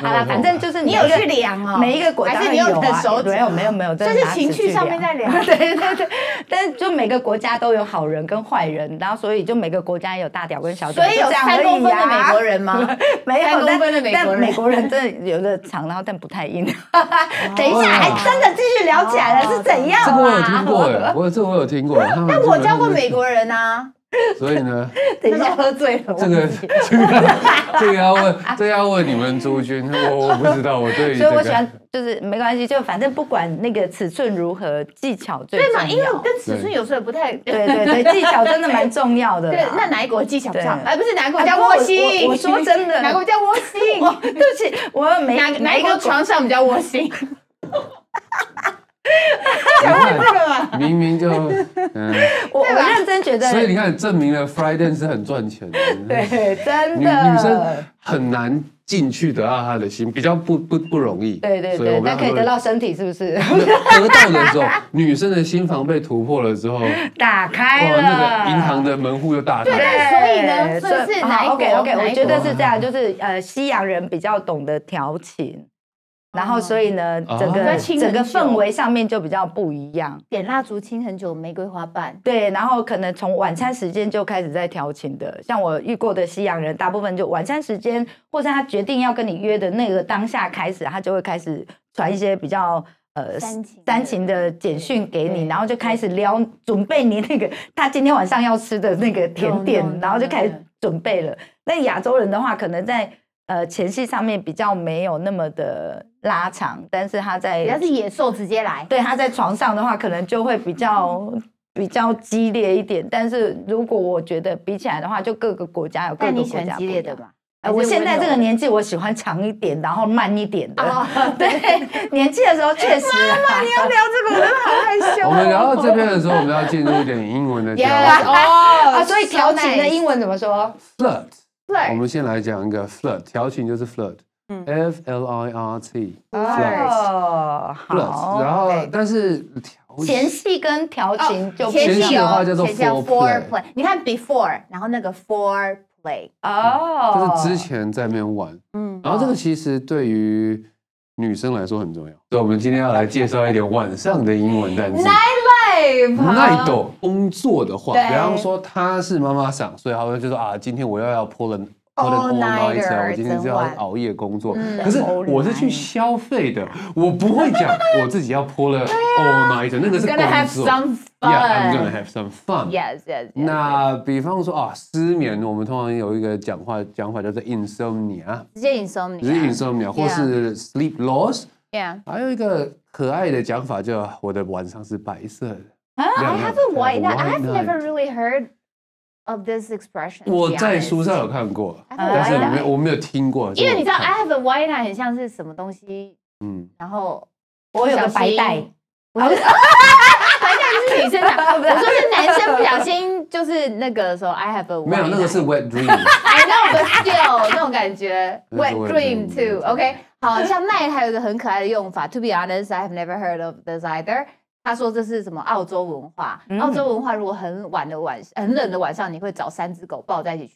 S4: 好啦，反正就是
S6: 嗯你有去量哦？
S4: 每一个国家
S6: 还是
S4: 都
S6: 你
S4: 有
S6: 有的
S4: 啊
S6: 手指？
S4: 没有没有没有，
S6: 这
S4: 真的
S6: 是
S4: 拿
S6: 情
S4: 尺
S6: 绪
S4: 去
S6: 上面在 量。
S4: 啊对对对，但是就每个国家都有好人跟坏人，然后所以就每个国家也有大屌跟小屌，
S6: 所以有
S4: 就这样
S6: 三公分的
S4: 而已啊
S6: 美国人吗？
S4: 没有
S6: 三公分的美
S4: 但
S6: 国人
S4: 但美国人真的有的长，然后但不太硬。等一下，还真的继续聊起来了，
S6: 哦
S4: 是怎样
S5: 这个我有听
S4: 啊？
S5: 过哎，我这个我有听过。但
S6: 但我教过美，国人啊，
S5: 所以呢，
S4: 等一下喝醉了，我
S5: 这个这个这个要问，这个要问你们诸君，我我不知道，我对于
S4: 所以我
S5: 这
S4: 喜
S5: 个
S4: 欢就是没关系，就反正不管那个尺寸如何，技巧最
S6: 对
S4: 重要。
S6: 嘛？因为跟尺寸有时候也不太对。啊
S4: 对对对，技巧真的蛮重要 的啦。
S6: 那哪一国技巧不上？
S4: 对
S6: 哎，不是哪一国
S4: 啊
S6: 叫
S4: 不过
S6: 窝
S4: 我
S6: 心？
S4: 我我说真的
S6: 哪国叫窝心？
S4: 我对不起，我没
S6: 哪哪
S4: 没
S6: 一个
S4: 过
S6: 床上比较窝心？
S5: 你看，明明就嗯，
S4: 我我认真觉得，
S5: 所以
S4: 嗯
S5: 你看，证明了 Friday 是很赚钱的。
S4: 对，真
S5: 女
S4: 的
S5: 女生很难进去得到他的心，比较不不不容易。
S4: 对对
S5: 所以我
S4: 对，
S5: 们
S4: 那
S5: 要
S4: 可以
S5: 努
S4: 得
S5: 力
S4: 到身体是不是？
S5: 得到的时候，女生的心房被突破了之后，哇，
S4: 打开了
S5: 那个银行的门户又大
S6: 哎对
S5: 开。
S6: 所以呢所以是哪一国
S4: OK OK，
S6: 哪一
S4: 我
S6: 国
S4: 觉得是这样，就是呃，西洋人比较懂得调情，然后所以呢，
S5: 哦
S4: 整个
S6: 要亲
S4: 整
S6: 很
S4: 个
S6: 久
S4: 氛围上面就比较不一样。
S6: 点蜡烛亲很久，玫瑰花瓣。
S4: 对，然后可能从晚餐时间就开始在调情的，像我遇过的西洋人，大部分就晚餐时间，或是他决定要跟你约的那个当下开始，他就会开始传一些比较呃
S6: 煽情的
S4: 煽情的简讯给
S6: 对
S4: 你，然后就开始撩，准备你那个他今天晚上要吃的那个甜点
S6: 懂懂，
S4: 然后就
S6: 懂
S4: 开始
S6: 懂
S4: 准备了。那亚洲人的话，可能在呃前戏上面比较没有那么的拉长，但是他在
S6: 人家是野兽直接来，
S4: 对，他在床上的话，可能就会比 较比较激烈一点。但是如果我觉得比起来的话，就各个国家有各
S6: 但
S4: 个
S6: 你
S4: 国
S6: 喜欢
S4: 家不
S6: 激
S4: 一
S6: 烈的
S4: 样。
S6: 嘛？
S4: 哎，我现在这个
S6: 年
S4: 年纪，我喜欢长一点，然后慢一点的。
S6: 哦
S4: 对， 年纪的时候确实啊。你要聊
S5: 我们聊到这边的时候，我们要进入一点英文的交
S6: Yes，
S5: 流。
S6: 哦
S4: 啊，所以调情的英文怎么说？
S5: flirt，我
S6: flirt
S5: 们先来讲一个 flirt，调情就是 flirt，F L I R T，flirt。
S4: 哦，
S5: 然
S4: 好。
S5: 后，但是调
S4: 前戏跟调
S6: 哦
S4: 情就不
S5: 前
S4: 一
S5: 戏
S4: 样
S5: 的话叫做
S6: 前戏叫
S5: foreplay
S6: foreplay，你看 before，然后那个 foreplay，
S4: 哦，
S5: 就是之前在面玩，
S6: 嗯，
S5: 然后这个其实对于女生来说很重要。对，我们今天要来介绍一点晚上的英文单词。
S6: Nightlife，
S5: 那种工作的话，
S6: 对
S5: 比方说她是妈妈桑，所以她会就说啊，今天我要要 pull an pull an all
S6: All-nighter，
S5: nighter，我今天是要
S6: Oh, 整晚
S5: 熬夜工作。
S6: 嗯
S5: 可是我是去消费的，我不会讲我自己要 pull an all nighter，那个是
S6: gonna have
S5: 工作。
S6: some
S5: Yeah，I'm gonna
S6: fun。
S5: have some fun。
S6: Yes, yes. yes.
S5: 那比方说啊，失眠，我们通常有一个讲话讲法叫做 insomnia，
S6: 直接
S5: 只是
S6: insomnia。
S5: insomnia 或是 sleep loss，
S6: Yeah.
S5: 还有一个可爱的讲法叫我的晚上是白色的。
S6: 啊 I
S5: Yeah, yeah,
S6: have a white.
S5: have a
S6: night.
S5: white
S6: I've never
S5: night.
S6: really heard of this expression. to
S5: 我
S6: be
S5: 在
S6: honest.
S5: 书上有看过，
S6: I have a
S5: 但是
S6: white
S5: 我没
S6: night
S5: 有我没有听过。
S6: 因为你知道
S5: 这个我看
S6: I have a white night 很像是什么东西，
S5: 嗯，
S6: 然后
S4: 我有个
S6: 不小
S4: 白
S6: 心
S4: 带，
S6: 不是白带是女生讲， 我说是男生不小心就是那个的时候 I have a white
S5: 没有，那个
S6: night
S5: 是 wet dream，
S6: I know, but still 那种感觉
S5: 那是
S6: ，wet
S5: wet
S6: dream
S5: dream，
S6: too. OK，好像 night 还有一个很可爱的用法。To be honest, I have never heard of this either. 他说这是什么澳洲文化？
S4: 嗯
S6: 澳洲文化如果很晚的晚很冷的晚上，你会找三只狗抱在一起去，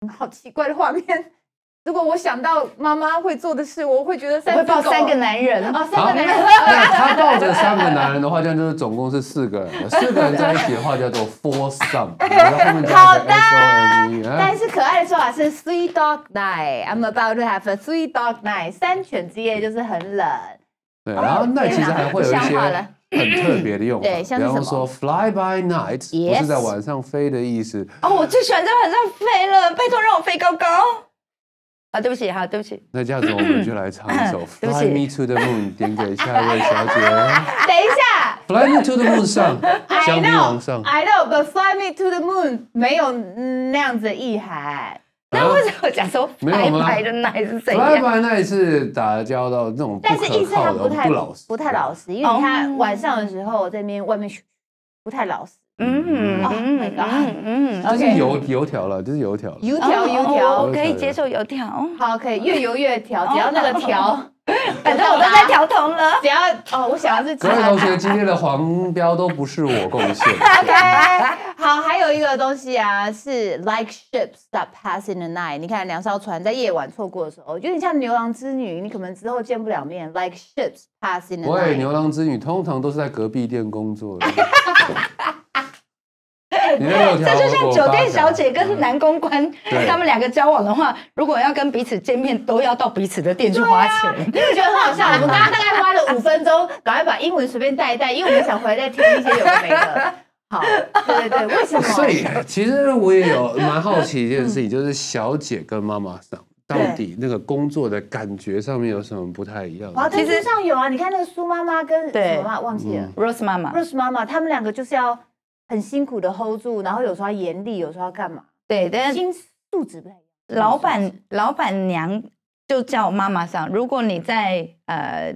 S6: 嗯好奇怪的画面。如果我想到妈妈会做的事，我会觉得
S4: 我
S6: 三
S4: 会
S6: 只
S4: 抱
S6: 狗
S4: 三个男人。
S6: 哦，三个男人
S5: 那他抱着三个男人的话，这样就是总共是四个人了。四个人在一起的话叫做 foursome，然后后面加一个 s o m e
S6: 但
S5: 啊。
S6: 是可爱的说法是 three dog night. I'm about to have a three dog night. 三犬之夜就是很冷。
S5: 对，
S6: 哦
S5: 然后那其实还会有一些
S6: 不像话了
S5: 很特别的用法，
S6: 对像是
S5: 比方
S6: 什么
S5: 说 fly by night，不
S6: Yes
S5: 是在晚上飞的意思。
S4: 哦，我最喜欢在晚上飞了，拜托让我飞高高。啊，对不起，好，对不起。
S5: 那这样子我们就来唱一首
S6: 嗯
S4: 对不
S5: Fly
S4: 起
S5: Me to the Moon，点给下一位小 姐。
S6: 等一下。
S5: Fly Me to the Moon 上，香槟王上。
S6: I know, but fly me to the moon 没有嗯那样子的意涵。
S4: 那为什么讲说
S5: 没有
S4: 白
S5: 吗
S4: 白的奶是怎
S5: f l y
S4: 样？
S5: by 那一次打交道那种不
S6: 但是意
S5: 可
S6: 思他
S5: 靠
S6: 不
S5: 的、
S6: 太
S5: 老实、
S6: 不太老实，因为他晚上的时候在那边外面嘘不太老实，
S4: 嗯
S6: 哦
S4: 嗯
S6: ，my
S4: 嗯
S6: god
S4: 嗯
S5: 就
S4: 嗯，
S5: 是
S6: OK
S5: 油油条了，就是油条了。
S6: 油条
S4: 哦
S6: 油
S4: 哦
S6: 条
S4: 我，可以接受油条，哦
S6: 好，可以越油越条，只要那个 条，
S4: 反正我都 在，调酮了。
S6: 只要哦，我想要是其
S5: 各位
S6: 他
S5: 同学，今天的黄标都不是我贡献。
S6: OK，好，还有一个东西啊，是 like ships that pass in the night。你看，两艘船在夜晚错过的时候，有点像牛郎织女，你可能之后见不了面。Like ships pass in the
S4: 哎
S5: 喂，
S6: night。
S5: 牛郎织女通常都是在隔壁店工作 的。你那油条，
S4: 这就像
S5: 我
S4: 酒
S5: 八
S4: 店
S5: 条
S4: 小姐跟男公关
S5: 对
S4: 他们两个交往的话，如果要跟彼此见面，都要到彼此的店去花钱。
S6: 你有没有觉得很好笑？我们刚刚大概花了五分钟，赶快把英文随便带一带，因为我们想回来再听一些有的没的。好，对对对，为什么？
S5: 所以其实我也 有蛮好奇一件
S4: 嗯
S5: 事情，就是小姐跟妈妈桑到底那个工作的感觉上面有什么不太一样的？
S6: 华灯
S4: 其实
S6: 初上有啊，你看那个苏妈妈跟
S4: 对
S6: 什么妈忘
S5: 嗯
S6: 记了。
S4: Rose 妈妈，
S6: Rose 妈妈，他们两个就是要很辛苦的 hold 住，然后有时候要严厉，有时候要干嘛，
S4: 对，但是
S6: 心素质不太一样。
S5: 嗯
S4: 老板老板娘就叫妈妈桑。如果你在呃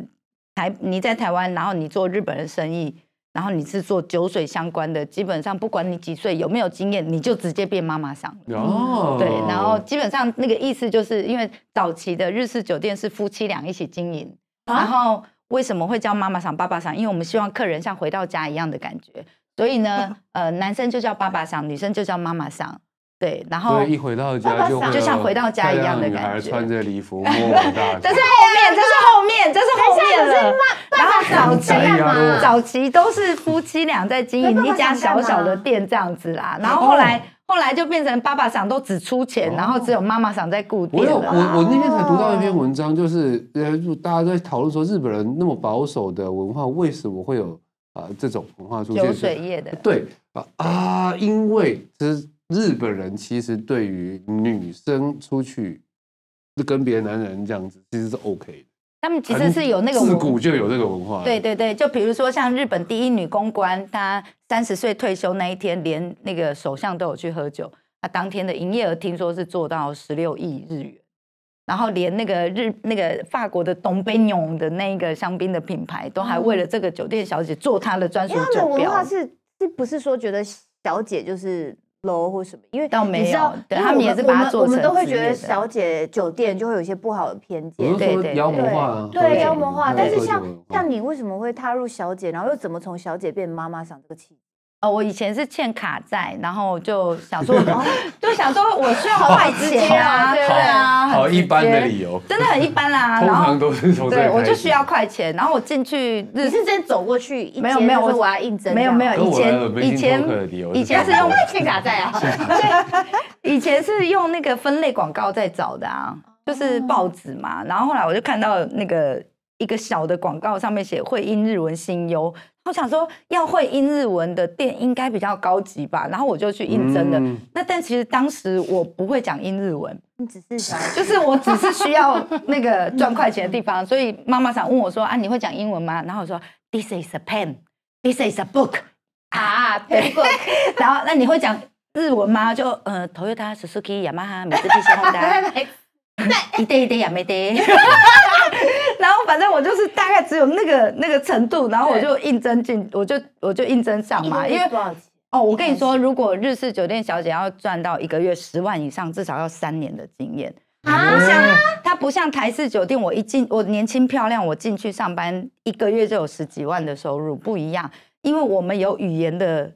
S4: 台你在台湾，然后你做日本的生意，然后你是做酒水相关的，基本上不管你几岁有没有经验，你就直接变妈妈桑了。
S5: 哦，
S4: 嗯对，然后基本上那个意思就是因为早期的日式酒店是夫妻俩一起经营，
S5: 啊
S4: 然后为什么会叫妈妈桑、爸爸桑？因为我们希望客人像回到家一样的感觉，所以呢，
S5: 嗯
S4: 呃，男生就叫爸爸桑，女生就叫妈妈桑。对，然后
S5: 所以一回到家就会有
S4: 就像回到家一样的感觉
S5: 漂亮女孩穿着礼服摸我 大腿
S4: 这是后面，这是后面，这是后面了。然后早期
S5: 哎呀
S4: 早期都是夫妻俩在经营一家小小的店这样子啦，然后后
S5: 哦
S4: 来后来就变成爸爸赏都只出钱，然后只有妈妈赏在顾
S5: 我
S4: 店
S5: 有我
S4: 了。
S5: 我那天才读到一
S4: 哦
S5: 篇文章，就是呃，大家都在讨论说日本人那么保守的文化，为什么会有啊、这种文化出现？
S4: 酒水业的，
S5: 对啊啊，因为其实日本人其实对于女生出去跟别的男人这样子，其实是 OK
S4: 他们其
S5: 的，
S4: 实是有那个
S5: 自
S4: 文
S5: 古就有这个文化。
S4: 对，对对，就比如说像日本第一女公关，她三十岁退休那一天，连那个首相都有去喝酒。她当天的营业额听说是做到十六亿日元，然后连那个日那个法国的东贝纽的那个香槟的品牌，都还为了这个酒店小姐做她的专属
S6: 因为他们的
S4: 酒
S6: 文化
S4: 标。
S6: 是是不是说觉得小姐就是 low 或什么？因为
S4: 倒没
S6: 你知道
S4: 有对
S6: 因为
S4: 他们
S6: 我
S4: 也是把它做
S6: 我们我们
S4: 成
S6: 都会
S4: 职
S6: 觉
S4: 业
S6: 得
S4: 的
S6: 小姐酒店就会有一些不好的偏
S5: 我
S6: 见
S5: 是。
S4: 对
S5: 说
S4: 对
S5: 妖魔
S6: 对
S5: 嗯化啊，
S6: 对妖魔化，
S5: 对
S6: 但是
S5: 对
S6: 像
S5: 对对
S6: 像你为什么会踏入小姐，然后又怎么从小姐变妈妈桑这个契机？
S4: 哦，我以前是欠卡债，然后就想说， 就想说我需要快直接
S6: 哦好
S4: 啊，对啊，
S5: 好
S4: 很直
S5: 一般的
S4: 接
S5: 理由，
S4: 真的很一般啦、
S5: 通
S4: 然后
S5: 常都是从这里
S4: 对，我
S5: 开
S4: 就
S5: 始
S4: 需要快钱，然后我进去日
S6: 你是真走过去一
S4: 没有
S6: 间
S4: 没有
S6: 就说
S4: 我
S6: 我要应征这
S4: 没有
S6: 样，
S4: 没有，
S5: 跟
S4: 呃以
S5: 我来
S4: 前
S5: Amazing Talker
S4: 以
S5: 的理
S4: 前
S5: 由
S4: 以
S5: 是
S4: 前是
S5: 差不
S4: 用
S5: 多
S6: 欠卡债啊，
S4: 以前是用那个分类广告在找的啊，就是报纸嘛。然后后来我就看到那个一个小的广告，上面写会英日文新优。我想说，要会英日文的店应该比较高级吧，然后我就去应征了。
S5: 嗯
S4: 那但其实当时我不会讲英日文，
S6: 你只是想
S4: 就是我只是需要那个赚快钱的地方，所以妈妈想问我说啊，你会讲英文吗？然后我说 This is a pen, this is a book 啊，book。然后那你会讲日文吗？就呃，Toyota、Suzuki、Yamaha、Mitsubishi、Honda，一对一对也没得。然后反正我就是大概只有那个那个程度，然后我就应征进，我就我就应征上嘛，因为
S6: 多少钱？
S4: 哦，我跟你说，如果日式酒店小姐要赚到一个月十万以上，至少要三年的经验。
S6: 啊
S4: 它不像它不像台式酒店，我一进我年轻漂亮，我进去上班一个月就有十几万的收入，不一样。因为我们有语言的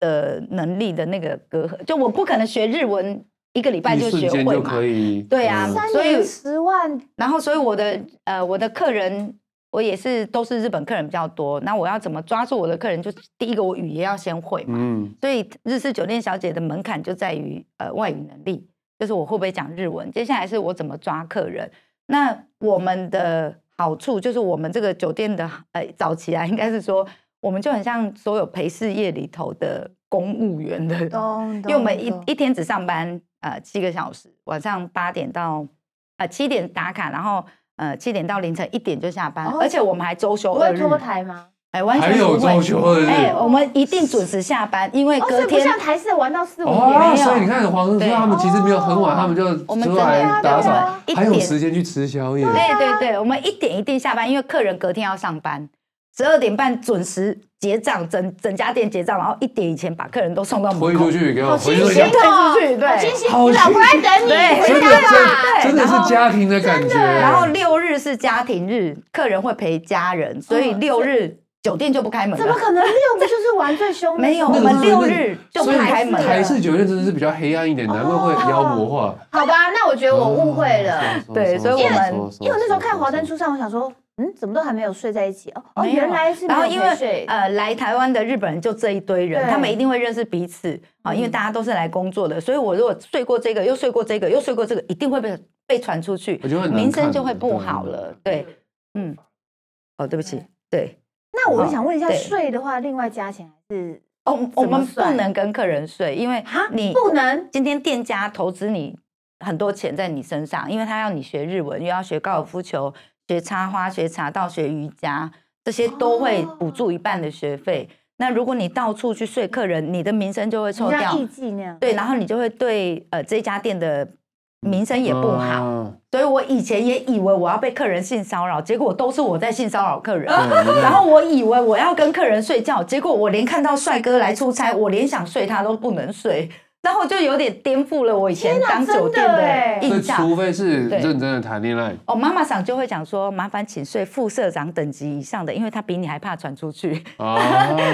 S4: 呃能力的那个隔阂，就我不可能学日文一个礼拜
S5: 嗯一
S4: 就学
S5: 瞬间
S4: 会
S5: 就
S4: 嘛
S5: 可。以，
S4: 对啊
S5: 嗯
S6: 三
S4: 所以
S6: 年十万，
S4: 然后，所以我的呃，我的客人我也是都是日本客人比较多。那我要怎么抓住我的客人？就第一个，我语言要先会嘛。
S5: 嗯，
S4: 所以日式酒店小姐的门槛就在于呃外语能力，就是我会不会讲日文。接下来是我怎么抓客人。那我们的好处就是我们这个酒店的呃早期啊，应该是说我们就很像所有陪侍业里头的公务员的，
S6: 懂
S4: 因为我们一一天只上班呃七个小时，晚上八点到呃七点打卡，然后呃七点到凌晨一点就下班，
S6: 哦
S4: 而且我们还周休
S6: 不
S4: 二
S6: 会
S4: 日，
S6: 拖台吗？
S4: 哎完全
S5: 还有
S4: 不会
S5: 周休二日
S4: 哎我们一定准时下班，因为
S6: 哦，所
S4: 隔
S6: 以不
S4: 天
S6: 像台式玩到四五
S5: 哦，
S6: 点，
S5: 所以你看黄生说
S4: 对哦
S5: 他们其实没有很晚，他们就
S4: 我们
S5: 出
S4: 真的
S5: 来打
S6: 对
S5: 扫
S6: 啊，
S4: 对啊
S5: 还
S4: 一
S5: 有
S4: 点
S5: 时间去吃宵夜。
S4: 对哎对对，我们一点一定下班，因为客人隔天要上班，十二点半准时结账，整整家店结账，然后一点以前把客人都送到门
S5: 推
S4: 口
S5: 出，去给我
S6: 好
S5: 回
S6: 清
S5: 去，
S6: 醒
S5: 真的
S6: 哦，
S4: 推出去对
S6: 好清醒，
S5: 好
S6: 你老婆在等你，
S4: 对
S6: 回
S5: 真
S6: 家
S5: 的
S6: 吧。
S5: 真的
S4: 哎
S5: 是
S4: 然后
S5: 家庭的感觉。
S4: 然后六日是家庭日，客人会陪家人，所以六日酒店就不开门
S6: 哦怎么
S4: 了。
S6: 可能六不就是玩最凶的？
S4: 没有，
S5: 那
S4: 我
S5: 个
S4: 们
S5: 是
S4: 六日就不
S5: 所以
S4: 开门
S5: 台
S4: 了。哦
S5: 式酒店真的是比较黑暗一点，难怪会妖魔化。
S6: 好吧，那我觉得我误会了，
S5: 哦
S4: 对所以我们
S6: 因为我那时候看《华灯初上》，我想说，嗯，怎么都还没有睡在一起哦，哦，
S4: 没有
S6: 原来是没
S4: 然后
S6: 有
S4: 因
S6: 陪
S4: 为
S6: 睡。
S4: 呃，来台湾的日本人就这一堆人，
S6: 对嗯
S4: 他们一定会认识彼此啊，因为大家都是来工作的，所以我如果睡过这个，又睡过这个，又睡过这个，一定会被被传出去
S5: 我觉得很，难
S4: 名声
S5: 看
S4: 就会
S5: 的
S4: 不
S5: 对
S4: 好了。对，嗯，哦，对不起，对，
S6: 那我想问一下，
S4: 对
S6: 睡的话，另外加钱还是
S4: 哦，我
S6: 怎么
S4: 们不
S6: 算
S4: 能跟客人睡，因为
S6: 啊？
S4: 你
S6: 不能
S4: 今天店家投资你很多钱在你身上，因为他要你学日文，又要学高尔夫球、学插花、学茶道、学瑜伽，这些都会补助一半的学费。那如果你到处去睡客人，你的名声就会臭
S6: 像
S4: 掉
S6: 艺。妓那样。
S4: 对，然后你就会对呃这家店的名声也不好。
S5: 啊
S4: 所以我以前也以为我要被客人性骚扰，结果都是我在性骚扰客人。
S5: 对你看
S4: 然后我以为我要跟客人睡觉，结果我连看到帅哥来出差，我连想睡他都不能睡，然后就有点颠覆了我以前当酒店
S6: 真的欸
S4: 的
S5: 所以
S4: 印象。
S5: 除非是
S4: 对
S5: 认真的谈恋爱，
S4: 哦，妈妈桑就会讲说，麻烦请睡副社长等级以上的，因为他比你还怕传 出去，
S5: 啊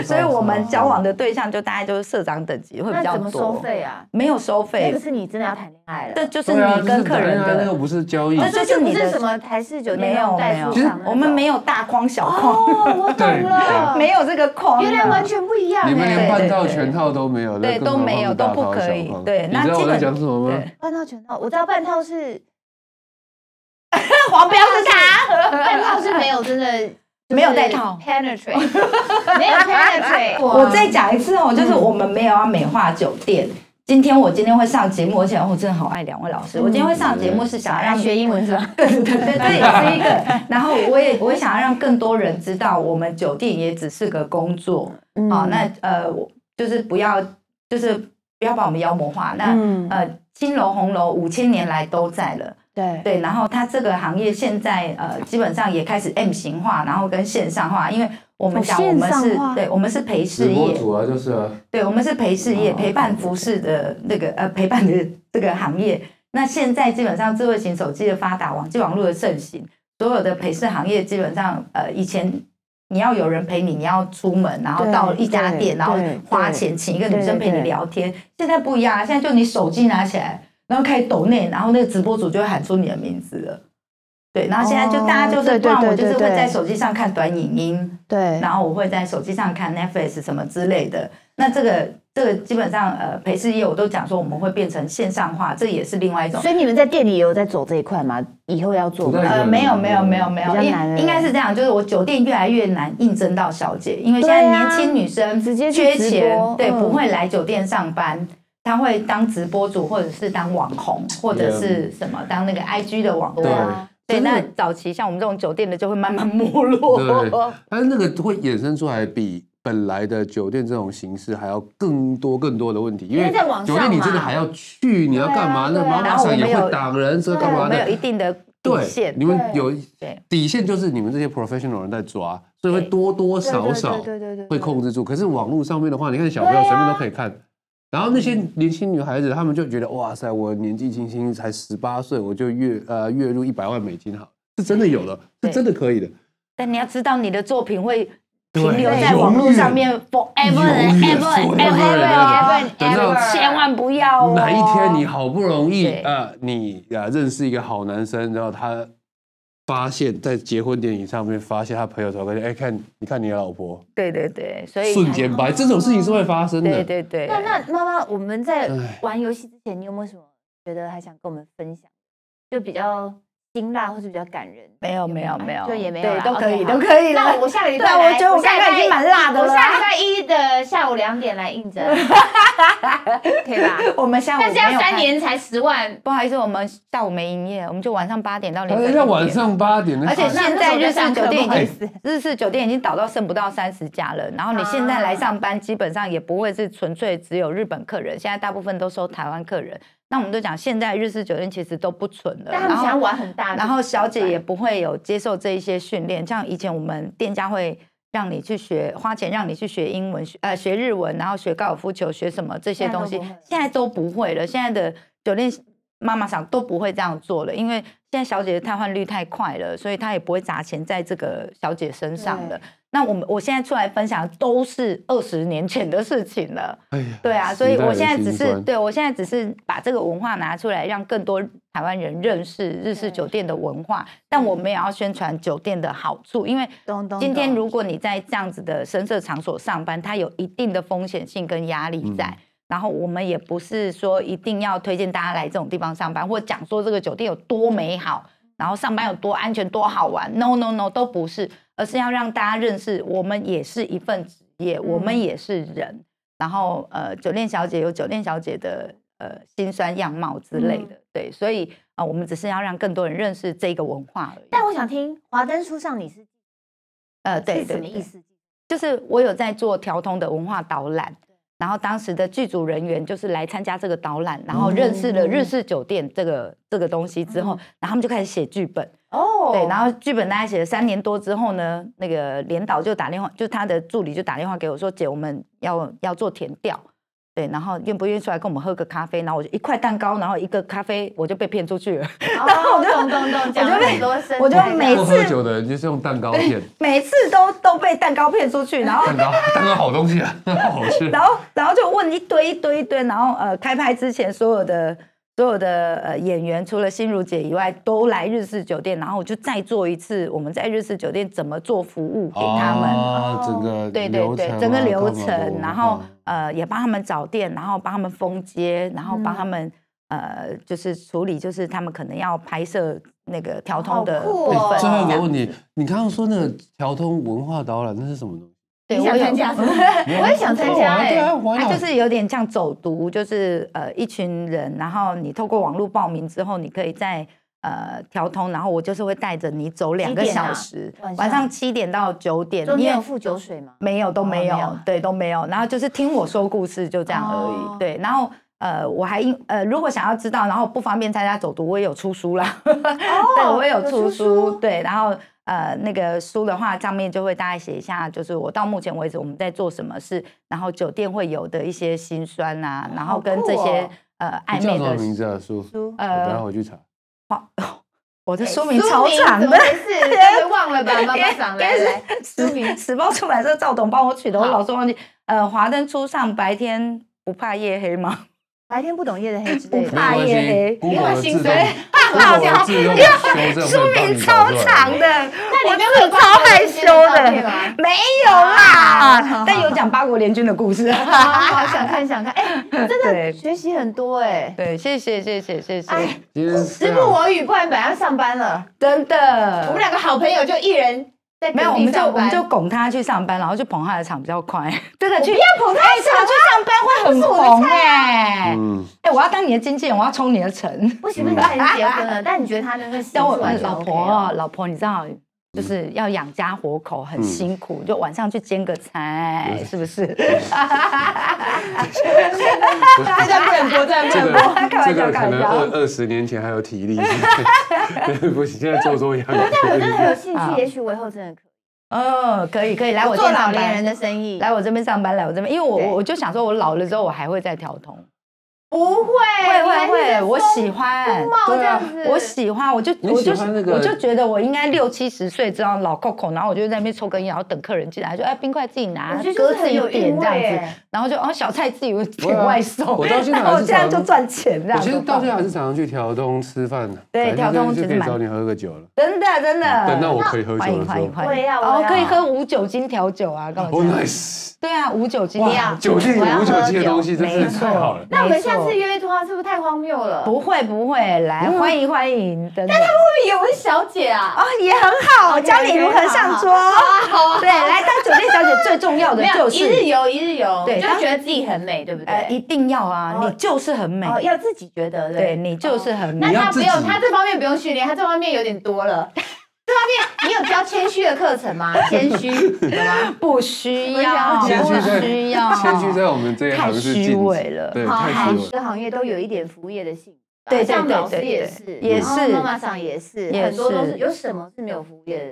S4: 所以我们交往
S5: 哦
S4: 的对象就大概就是社长等级会比
S6: 那
S4: 较
S6: 怎么收
S4: 多。
S6: 费啊？
S4: 没有收
S6: 那
S4: 费，
S6: 个是你真的要谈恋爱了，
S4: 这就是
S5: 对啊
S4: 你跟客人
S5: 就是谈恋爱那
S4: 的
S5: 个不是交易，
S4: 哦
S6: 那
S4: 这
S6: 这就不
S4: 你的
S6: 是什么台式酒店
S4: 没
S6: 那
S4: 有
S6: 种
S4: 没
S6: 带
S4: 有
S6: 出场，，
S4: 我们没
S6: 有。
S4: 有大框小框，
S6: 哦，我懂了，
S4: 没有这个框，
S6: 原来完全不一样
S5: 你们连
S4: 对
S6: 哎，
S5: 半套
S4: 对对
S5: 全套都没有，
S4: 对
S5: 那更何
S4: 都没
S5: 况
S4: 有
S5: 是大
S4: 都不
S5: 炮
S4: 可
S5: 小
S4: 以
S5: 炮
S4: 对
S5: 你
S4: 那
S5: 知道
S4: 基
S5: 我在
S4: 本
S5: 讲什么吗？
S4: 对，
S6: 半套全套，我知道半套是
S4: 黄标是啥？
S6: 半套是没有真的
S4: 没有带套
S6: penetrate，没有 penetrate。
S4: 我再讲一次哦，就是我们没有要美化酒店。今天我今天会上节目，而且我真的好爱两位老师。我今天会上节目是想要
S6: 来
S4: 让
S6: 学英文是吧？
S4: 对对对，这也是一个。然后我也我也想要让更多人知道，我们酒店也只是个工作
S2: 嗯
S4: 啊、那呃，我就是不要，就是不要把我们妖魔化。那、
S2: 嗯
S4: 呃，青楼红楼五千年来都在了。
S2: 对
S4: 对，然后它这个行业现在呃，基本上也开始 M 型化，然后跟线上化，因为我们
S2: 哦
S4: 讲我们
S2: 线上
S4: 是
S2: 化，
S4: 对，我们是陪
S5: 直
S4: 事
S5: 播
S4: 业，
S5: 主啊，就是啊，
S4: 对，我们是陪事业、
S5: 哦
S4: 陪伴服饰的那个呃陪伴的这个行业。那现在基本上智慧型手机的发达，网际网络的盛行，所有的陪侍行业基本上呃以前。你要有人陪你，你要出门，然后
S2: 对
S4: 到一家
S2: 对
S4: 店，然后
S2: 对
S4: 花
S2: 对
S4: 钱请一个女
S2: 对对
S4: 生陪你
S2: 对
S4: 聊天。现在不一样啊，现在就你手机拿起来，然后开始抖内，然后那个直播主就会喊出你的名字了。对，然后现在就
S2: 哦
S4: 大家就是，
S2: 对
S4: 不
S2: 对
S4: 然
S2: 对
S4: 我就是
S2: 对
S4: 会
S2: 对
S4: 在手机上看短影音，
S2: 对，
S4: 然后我会在手机上看 Netflix 什么之类的。那这个这个基本上呃陪侍业我都讲说我们会变成线上化，这也是另外一种。
S6: 所以你们在店里也有在走这一块吗？以后要做
S5: 不
S6: 吗？
S5: 太可
S4: 呃，
S5: 能
S4: 没有没有没有没
S6: 比
S4: 有，
S6: 较
S4: 应
S6: 难了
S4: 应该是这样，就是我酒店越来越难应征到小姐，因为现在
S6: 对啊
S4: 年轻女生
S6: 直接去
S4: 缺
S6: 直
S4: 钱
S6: 播，
S4: 对，
S6: 嗯
S4: 不会来酒店上班，她会当直播主或者是当网红或者是什么当那个 IG 的网红
S5: 啊对。。啊
S4: 对，啊
S5: 真的
S4: 那早期像我们这种酒店的就会慢慢没落
S5: 对。但是那个会衍生出来比本来的酒店这种形式还要更多更多的问题，因
S6: 因为在网上
S5: 酒店你真的
S6: 嘛
S5: 还要去，你要干嘛？
S6: 对
S5: 那
S6: 啊
S5: 妈
S4: 然
S5: 妈
S4: 后我
S5: 桑也
S4: 们有
S5: 会挡人，这干
S4: 我
S5: 嘛
S4: 们
S5: 的
S4: 有？一定的底
S5: 对
S4: 线，，
S5: 你们有
S4: 对
S5: 底线就是你们这些 professional 人在抓，所以会
S4: 对
S5: 多多
S2: 对
S5: 少少
S2: 对对对对对
S5: 会控制住。可是网络上面的话，你看小朋友随便都可以看。然后那些年轻女孩子，她们就觉得哇塞，我年纪轻轻才十八岁，我就月呃月入一百万美金，好，是真的有的，是
S4: 对
S5: 真的可以的。
S4: 但你要知道，你的作品会
S5: 对
S4: 停留在网络上面 forever and
S5: 永远
S4: ever
S5: forever
S4: and ever
S5: and
S4: and
S5: ever
S4: ever and ever，千万不要哦。
S5: 哪一天你好不容易
S4: 对
S5: 呃，你呃认识一个好男生，然后他发现，在结婚典礼上面发现他朋友头发现，哎，看你看你的老婆，
S4: 对对对，所以
S5: 瞬间白，这种事情是会发生
S4: 对
S5: 的。
S4: 对对。
S6: 那那妈妈，我们在
S5: 唉
S6: 玩游戏之前，你有没有什么觉得还想跟我们分享？就比较辛辣或是比较感人？
S4: 没有没有没有，
S6: 就也没有
S4: 对
S6: 啦
S4: 都可以
S6: OK，
S4: 都
S6: 好
S4: 可以
S6: 那
S4: 了。
S6: 我下个礼
S4: 对
S6: 拜
S4: 啊，
S6: 来，
S4: 我觉得我
S6: 下
S4: 刚刚已
S6: 礼拜
S4: 经蛮辣的
S6: 我
S4: 了
S6: 下礼
S4: 啦。
S6: 拜一的下午两点来应征，可以吧？
S4: 我们下午
S6: 但是要
S4: 没有
S6: 三
S4: 开，
S6: 年才十万，
S4: 不好意思，我们下午没营业，我们就晚上八点到凌
S5: 他
S4: 晨。
S5: 在哎晚。上八点的时候，
S4: 而且现在日式酒店已
S6: 不好意
S4: 经日式酒店已经倒到剩不到三十家了，然后你现在来上班，基本上也不会是纯粹只有日本客人，现在大部分都收台湾客人。那我们就讲，现在日式酒店其实都不纯了，
S6: 但他
S4: 然
S6: 们想要
S4: 后
S6: 玩很大的，
S4: 然后小姐也不会有接受这一些训练，像以前我们店家会。让你去学，花钱让你去学英文，学呃学日文，然后学高尔夫球，学什么这些东西，现在都不会了。现在的酒店妈妈桑都不会这样做了，因为现在小姐的汰换率太快了，所以她也不会砸钱在这个小姐身上了。那我们我现在出来分享都是二十年前的事情了，
S5: 哎呀
S4: 对啊，所以
S5: 时代的
S4: 我现在只
S5: 辛
S4: 是
S5: 酸
S4: 对我现在只是把这个文化拿出来，让更多台湾人认识日式酒店的文化，但我们也要宣传酒店的好处，因为
S2: 咚咚
S4: 今天
S2: 咚
S4: 如果你在这样子的深色场所上班，它有一定的风险性跟压力在。然后我们也不是说一定要推荐大家来这种地方上班，或讲说这个酒店有多美好，然后上班有多安全、多好玩。No No No，都不是，而是要让大家认识，我们也是一份职业，我们也是人。然后呃，酒店小姐有酒店小姐的呃辛酸样貌之类的，对，所以啊、呃我们只是要让更多人认识这个文化而已。
S6: 但我想听《华灯初上》，你是
S4: 呃，对对
S6: 是什么
S4: 对
S6: 意思？
S4: 就是我有在做调通的文化导览，然后当时的剧组人员就是来参加这个导览，然后认识了日式酒店这个这个东西之后，然后他们就开始写剧本。
S6: 哦，
S4: 对，然后剧本大概写了三年多之后呢，那个连导就打电话，就他的助理就打电话给我说：“姐，我们要要做填调，对，然后愿不愿意出来跟我们喝个咖啡？”然后我就一块蛋糕，然后一个咖啡，我就被骗出去了。
S6: 哦，懂懂懂，讲了很多生
S4: 我就
S6: 态
S4: 每
S5: 不
S4: 次
S5: 喝酒的人就是用蛋糕 骗，
S4: 每次都都被蛋糕骗出去，然后
S5: 蛋 糕蛋糕好东西啊， 蛋糕好吃。
S4: 然后然后就问一堆一堆一堆，然后呃，开拍之前所有的所有的呃演员，除了心如姐以外，都来日式酒店，然后我就再做一次我们在日式酒店怎么做服务给他们。哦
S5: 啊，整个
S4: 对对
S5: 流
S4: 对
S5: 程，啊
S4: 整个流
S5: 干嘛
S4: 程，
S5: 都
S4: 然后
S5: 嗯
S4: 呃也帮他们找店，然后帮他们封街，然后帮他们、呃就是处理，就是他们可能要拍摄那个调
S6: 好
S4: 通的
S6: 酷
S4: 部分。
S6: 哦
S5: 哎最后一
S4: 这
S5: 个
S4: 样
S5: 问题，你刚刚说那个调通文化导览，那是什么东 西？
S4: 对
S6: 你
S4: 我
S6: 想参
S4: 有
S6: 加 是吗？我也想参加
S5: 对
S6: 哎，
S5: 啊，玩
S4: 它
S5: 啊
S4: 就是有点像走读，就是呃一群人，然后你透过网络报名之后，你可以在呃调通，然后我就是会带着你走两个
S6: 几点啊
S4: 小时，
S6: 晚上
S4: 晚上七点到九点，
S6: 中
S4: 你也
S6: 间有付酒水吗？
S4: 没有，都没有，
S6: 哦没有
S4: 对，都没有。然后就是听我说故事，就这样而已。
S6: 哦
S4: 对，然后呃，我还因呃，如果想要知道，然后不方便参加走读，我也有出书啦。 对，我也有
S6: 哦有
S4: 出
S6: 出
S4: 书。
S6: 书
S4: 对，然后呃，那个书的话，上面就会大概写一下，就是我到目前为止我们在做什么事，然后酒店会有的一些辛酸啊，然后跟这些、
S6: 好酷哦
S4: 呃
S5: 你
S4: 暧
S5: 叫
S4: 昧
S5: 什么
S4: 的
S5: 名字啊？叔，我
S6: 书
S5: 等下
S4: 呃，
S5: 回去查。
S4: 我的书
S6: 哎书
S4: 名超长
S6: 怎
S4: 的
S6: 么。回事？ 该不会忘了吧？妈妈赏来来，
S4: 时 时报出版社赵董帮我取的，我
S6: 好
S4: 老是忘记。呃，华灯初上，白天不怕夜黑吗？
S6: 白天不懂夜的黑之类
S4: 不
S6: 的。
S4: 怕夜黑
S5: 没有关系
S6: 因
S5: ，Google 的自动
S6: 为薪水
S5: ，Google 的自动修正会
S4: 书
S5: 帮
S4: 名
S5: 你
S4: 超
S5: 找出来
S4: 长的，
S6: 那
S4: 我
S6: 里面会有
S4: 真的超害羞的， 没有啦
S6: 啊，
S4: 但有讲八国联军的故事。
S6: 好好好想看想 看，哎，真
S4: 对
S6: 的学习很多哎。
S4: 对，谢谢谢谢谢谢，
S6: 哎，
S5: 今天是啊
S4: 啊
S6: 时
S5: 这
S6: 不
S5: 样
S6: 我与，不然本来要上班了。
S4: 真的。
S6: 我们两个好朋友就一人在
S4: 没有，我
S6: 隔壁
S4: 们就
S6: 上
S4: 我
S6: 班
S4: 们就拱他去上班，然后去捧他的场比较 快。这个
S6: 我
S4: 去
S6: 不要捧他的场，
S4: 上班会很捧哎
S5: 嗯，
S4: 哎，我要当你的经纪人，我要冲你的成。
S6: 不行不行，他已经结婚了，但你觉得他那 个习
S4: 嗯但我哎
S6: 俗完全
S4: 老
S6: OK
S4: 婆
S6: 哦？
S4: 老婆，你知道。就是要养家活口，
S5: 嗯
S4: 很辛苦，就晚上去煎个菜，是不是？
S6: 这段不能播，这段不
S5: 这
S6: 能
S5: 个
S6: 播。
S4: 开玩笑
S5: 这个可
S4: 开玩
S5: 能
S4: 笑
S5: 二二十年前还有体 力， 对不行，现在做做样
S6: 我真的很有兴
S4: 啊
S6: 趣，也许我以后真的可以
S4: 嗯，可以可以，来我
S6: 做
S4: 店
S6: 老
S4: 上
S6: 年
S4: 班
S6: 人的生意。
S4: 来我这边上班，来我这边，因为我
S6: 嗯对
S4: 我我就想说，我老了之后我还会再调通，
S6: 不会，
S4: 会会
S6: 你还
S4: 会，
S6: 是
S4: 我
S6: 疯
S4: 喜欢
S6: 疯帽，
S4: 对啊
S6: 这样子
S4: 我喜欢，我就
S5: 你
S4: 我就
S5: 喜欢那个
S4: 我就觉得我应该六七十岁这样老 Coco，然后我就在那边抽根烟，然后等客人进来，就哎冰块自己
S6: 我
S4: 拿
S6: 觉得，就
S4: 鸽
S6: 是
S4: 自
S6: 很
S4: 己
S6: 有
S4: 点
S6: 韵
S4: 这样
S6: 味
S4: 子
S6: 耶，
S4: 然后就哦小菜自己
S5: 对
S4: 点
S5: 啊
S4: 外送，
S5: 我到现在
S4: 然后
S5: 还是
S4: 这样
S5: 常
S4: 就赚钱，这样
S5: 我其实
S4: 多
S5: 到现在
S4: 棒
S5: 还是常常去调通吃饭的，
S4: 对
S5: 反正
S4: 调通
S5: 就就
S4: 其实
S5: 可以
S4: 蛮
S5: 找你喝个酒了。
S4: 真的真的，
S5: 等到我可以喝酒
S4: 欢迎
S5: 的时
S4: 欢
S5: 候
S4: 迎，欢迎，
S6: 我也要我
S4: 哦
S6: 也要
S4: 可以喝无酒精调酒啊，干嘛这
S5: 哦
S4: 样？
S5: ，nice！
S4: 对啊，无酒精
S6: 哇要
S5: 酒店
S6: 我要
S5: 有无酒
S6: 喝
S5: 精的
S6: 酒
S5: 东西真是太好了。
S6: 那我们
S4: 没错
S6: 下次约的话，是不是太荒谬了？
S4: 不会不会，来
S6: 嗯
S4: 欢迎欢迎，真的
S6: 会哎以为我是小姐啊？
S4: 哦也很好，
S6: OK，OK，
S4: 教你如何上桌。
S6: 好啊
S4: 对，来当酒店小姐最重要的
S6: 没有
S4: 哦就
S6: 一日
S4: 是
S6: 游一日游，
S4: 对
S6: 就
S4: 当
S6: 觉得自己很美，对不
S4: 呃
S6: 对？
S4: 一定要啊，
S6: 哦
S4: 你就是很美，
S6: 哦，要自己觉得
S4: 对你就是很
S6: 那
S5: 你
S4: 美。
S5: 要
S6: 他不
S5: 自己
S6: 用，他这方面不用训练，他这方面有点多了。 这方面你有教谦虚的课程吗？谦 虚有吗？
S4: 不需要，
S6: 要
S5: 谦虚
S4: 不
S5: 在
S4: 需要，
S5: 谦虚在我们这一
S4: 哦太
S5: 行是禁
S4: 虚
S5: 止
S4: 伪了。
S5: 对，
S6: 好，
S5: 太
S6: 好
S5: 虚
S6: 每
S5: 伪了。
S6: 个行业都有一点服务业的性质吧。
S4: 对对
S6: 像
S4: 对
S6: 老
S4: 对
S6: 师也
S4: 对
S6: 是，
S4: 也
S6: 然后
S4: 是
S6: 妈妈上也是，
S4: 也
S6: 很多都
S4: 是
S6: 是有什么是没有服务业的？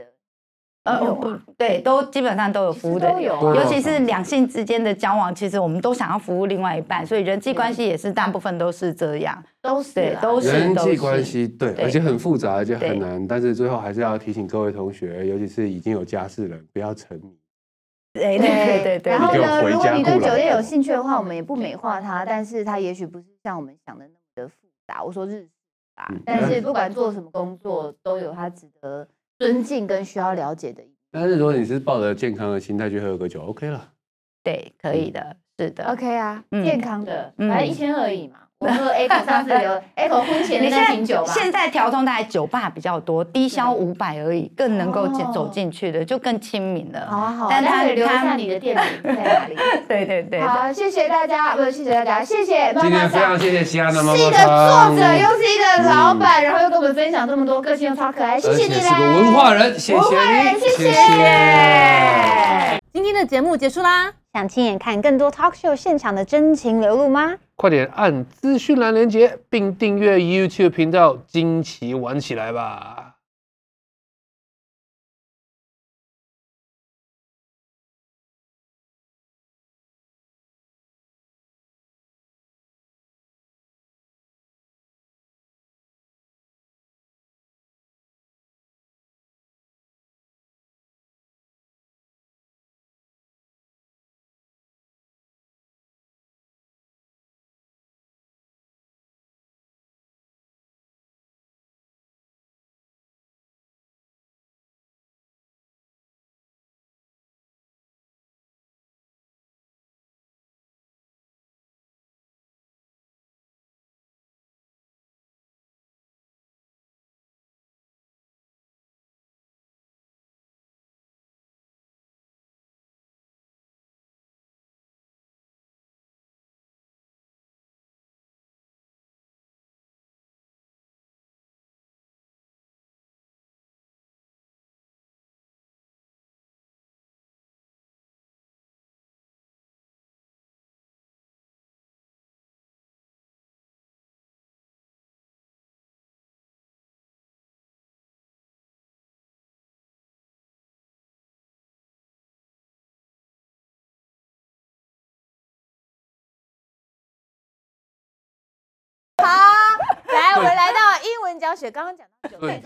S4: 呃，
S6: 没有
S4: 我
S6: 啊
S4: 不对，都基本上都有服务的
S6: 其实都有啊
S5: 都有
S4: 尤其是两性之间的交往，其实我们都想要服务另外一半，所以人际关系也是大部分都是这样。
S6: 都是啊
S4: 对
S6: 啦
S4: 都是
S5: 人
S4: 都
S5: 际
S4: 是
S5: 关系对，
S4: 对
S5: 而且很复杂，而且
S4: 对
S5: 很难。但是最后还是要提醒各位同学，尤其是已经有家室的人，不要沉迷。
S4: 对对
S6: 对
S4: 对对
S6: 然后
S5: 你给我
S6: 呢，
S5: 回
S6: 如果
S5: 家
S6: 你对
S5: 过来
S6: 酒店有兴趣的话，我们也不美化它，但是它也许不是像我们想的那么的复杂。我说日式啊
S5: 嗯，
S6: 但是不管做什么工作，都有它值得尊敬跟需要了解的一面。
S5: 但是如果你是抱着健康的心态去喝个酒，OK 了。
S4: 对，可以的，是的。
S6: OK 啊，
S4: 嗯
S6: 健康的，
S4: 嗯
S6: 反正一千而已嘛。我喝 Echo 上 次留 Echo 婚前的
S4: 你现
S6: 那瓶
S4: 在
S6: 酒嘛，
S4: 现在调通大概酒吧比较多，低消五百而已，更能够进
S6: 哦
S4: 走进去的就更亲民
S6: 好
S4: 了。
S6: 啊好啊，
S4: 但
S6: 但
S4: 他
S6: 他留一
S4: 他
S6: 下你的店名在哪里？
S4: 对对 对
S6: 好，谢谢大家，不是谢谢大家，谢谢妈
S5: 今
S6: 妈
S5: 天非
S6: 桑
S5: 常。谢谢西安的妈妈
S6: 是一个
S5: 桑
S6: 作者，又是一个老板，然后又跟我们分享这么多个性又超可爱，谢
S5: 而
S6: 谢
S5: 且
S6: 你
S5: 是
S6: 啦！
S5: 个文化人，谢
S6: 文化
S5: 谢
S6: 人
S5: 你，
S6: 谢谢
S5: 谢
S4: 今
S7: 天
S4: 天
S7: 的节目结束啦！
S2: 想亲眼看更多 talk show 现场的真情流露吗？
S5: 快点按资讯栏连接，并订阅 YouTube 频道“惊奇玩起来”吧！
S8: 来，我们来到英文教学，刚刚讲到九
S9: 对
S8: 点。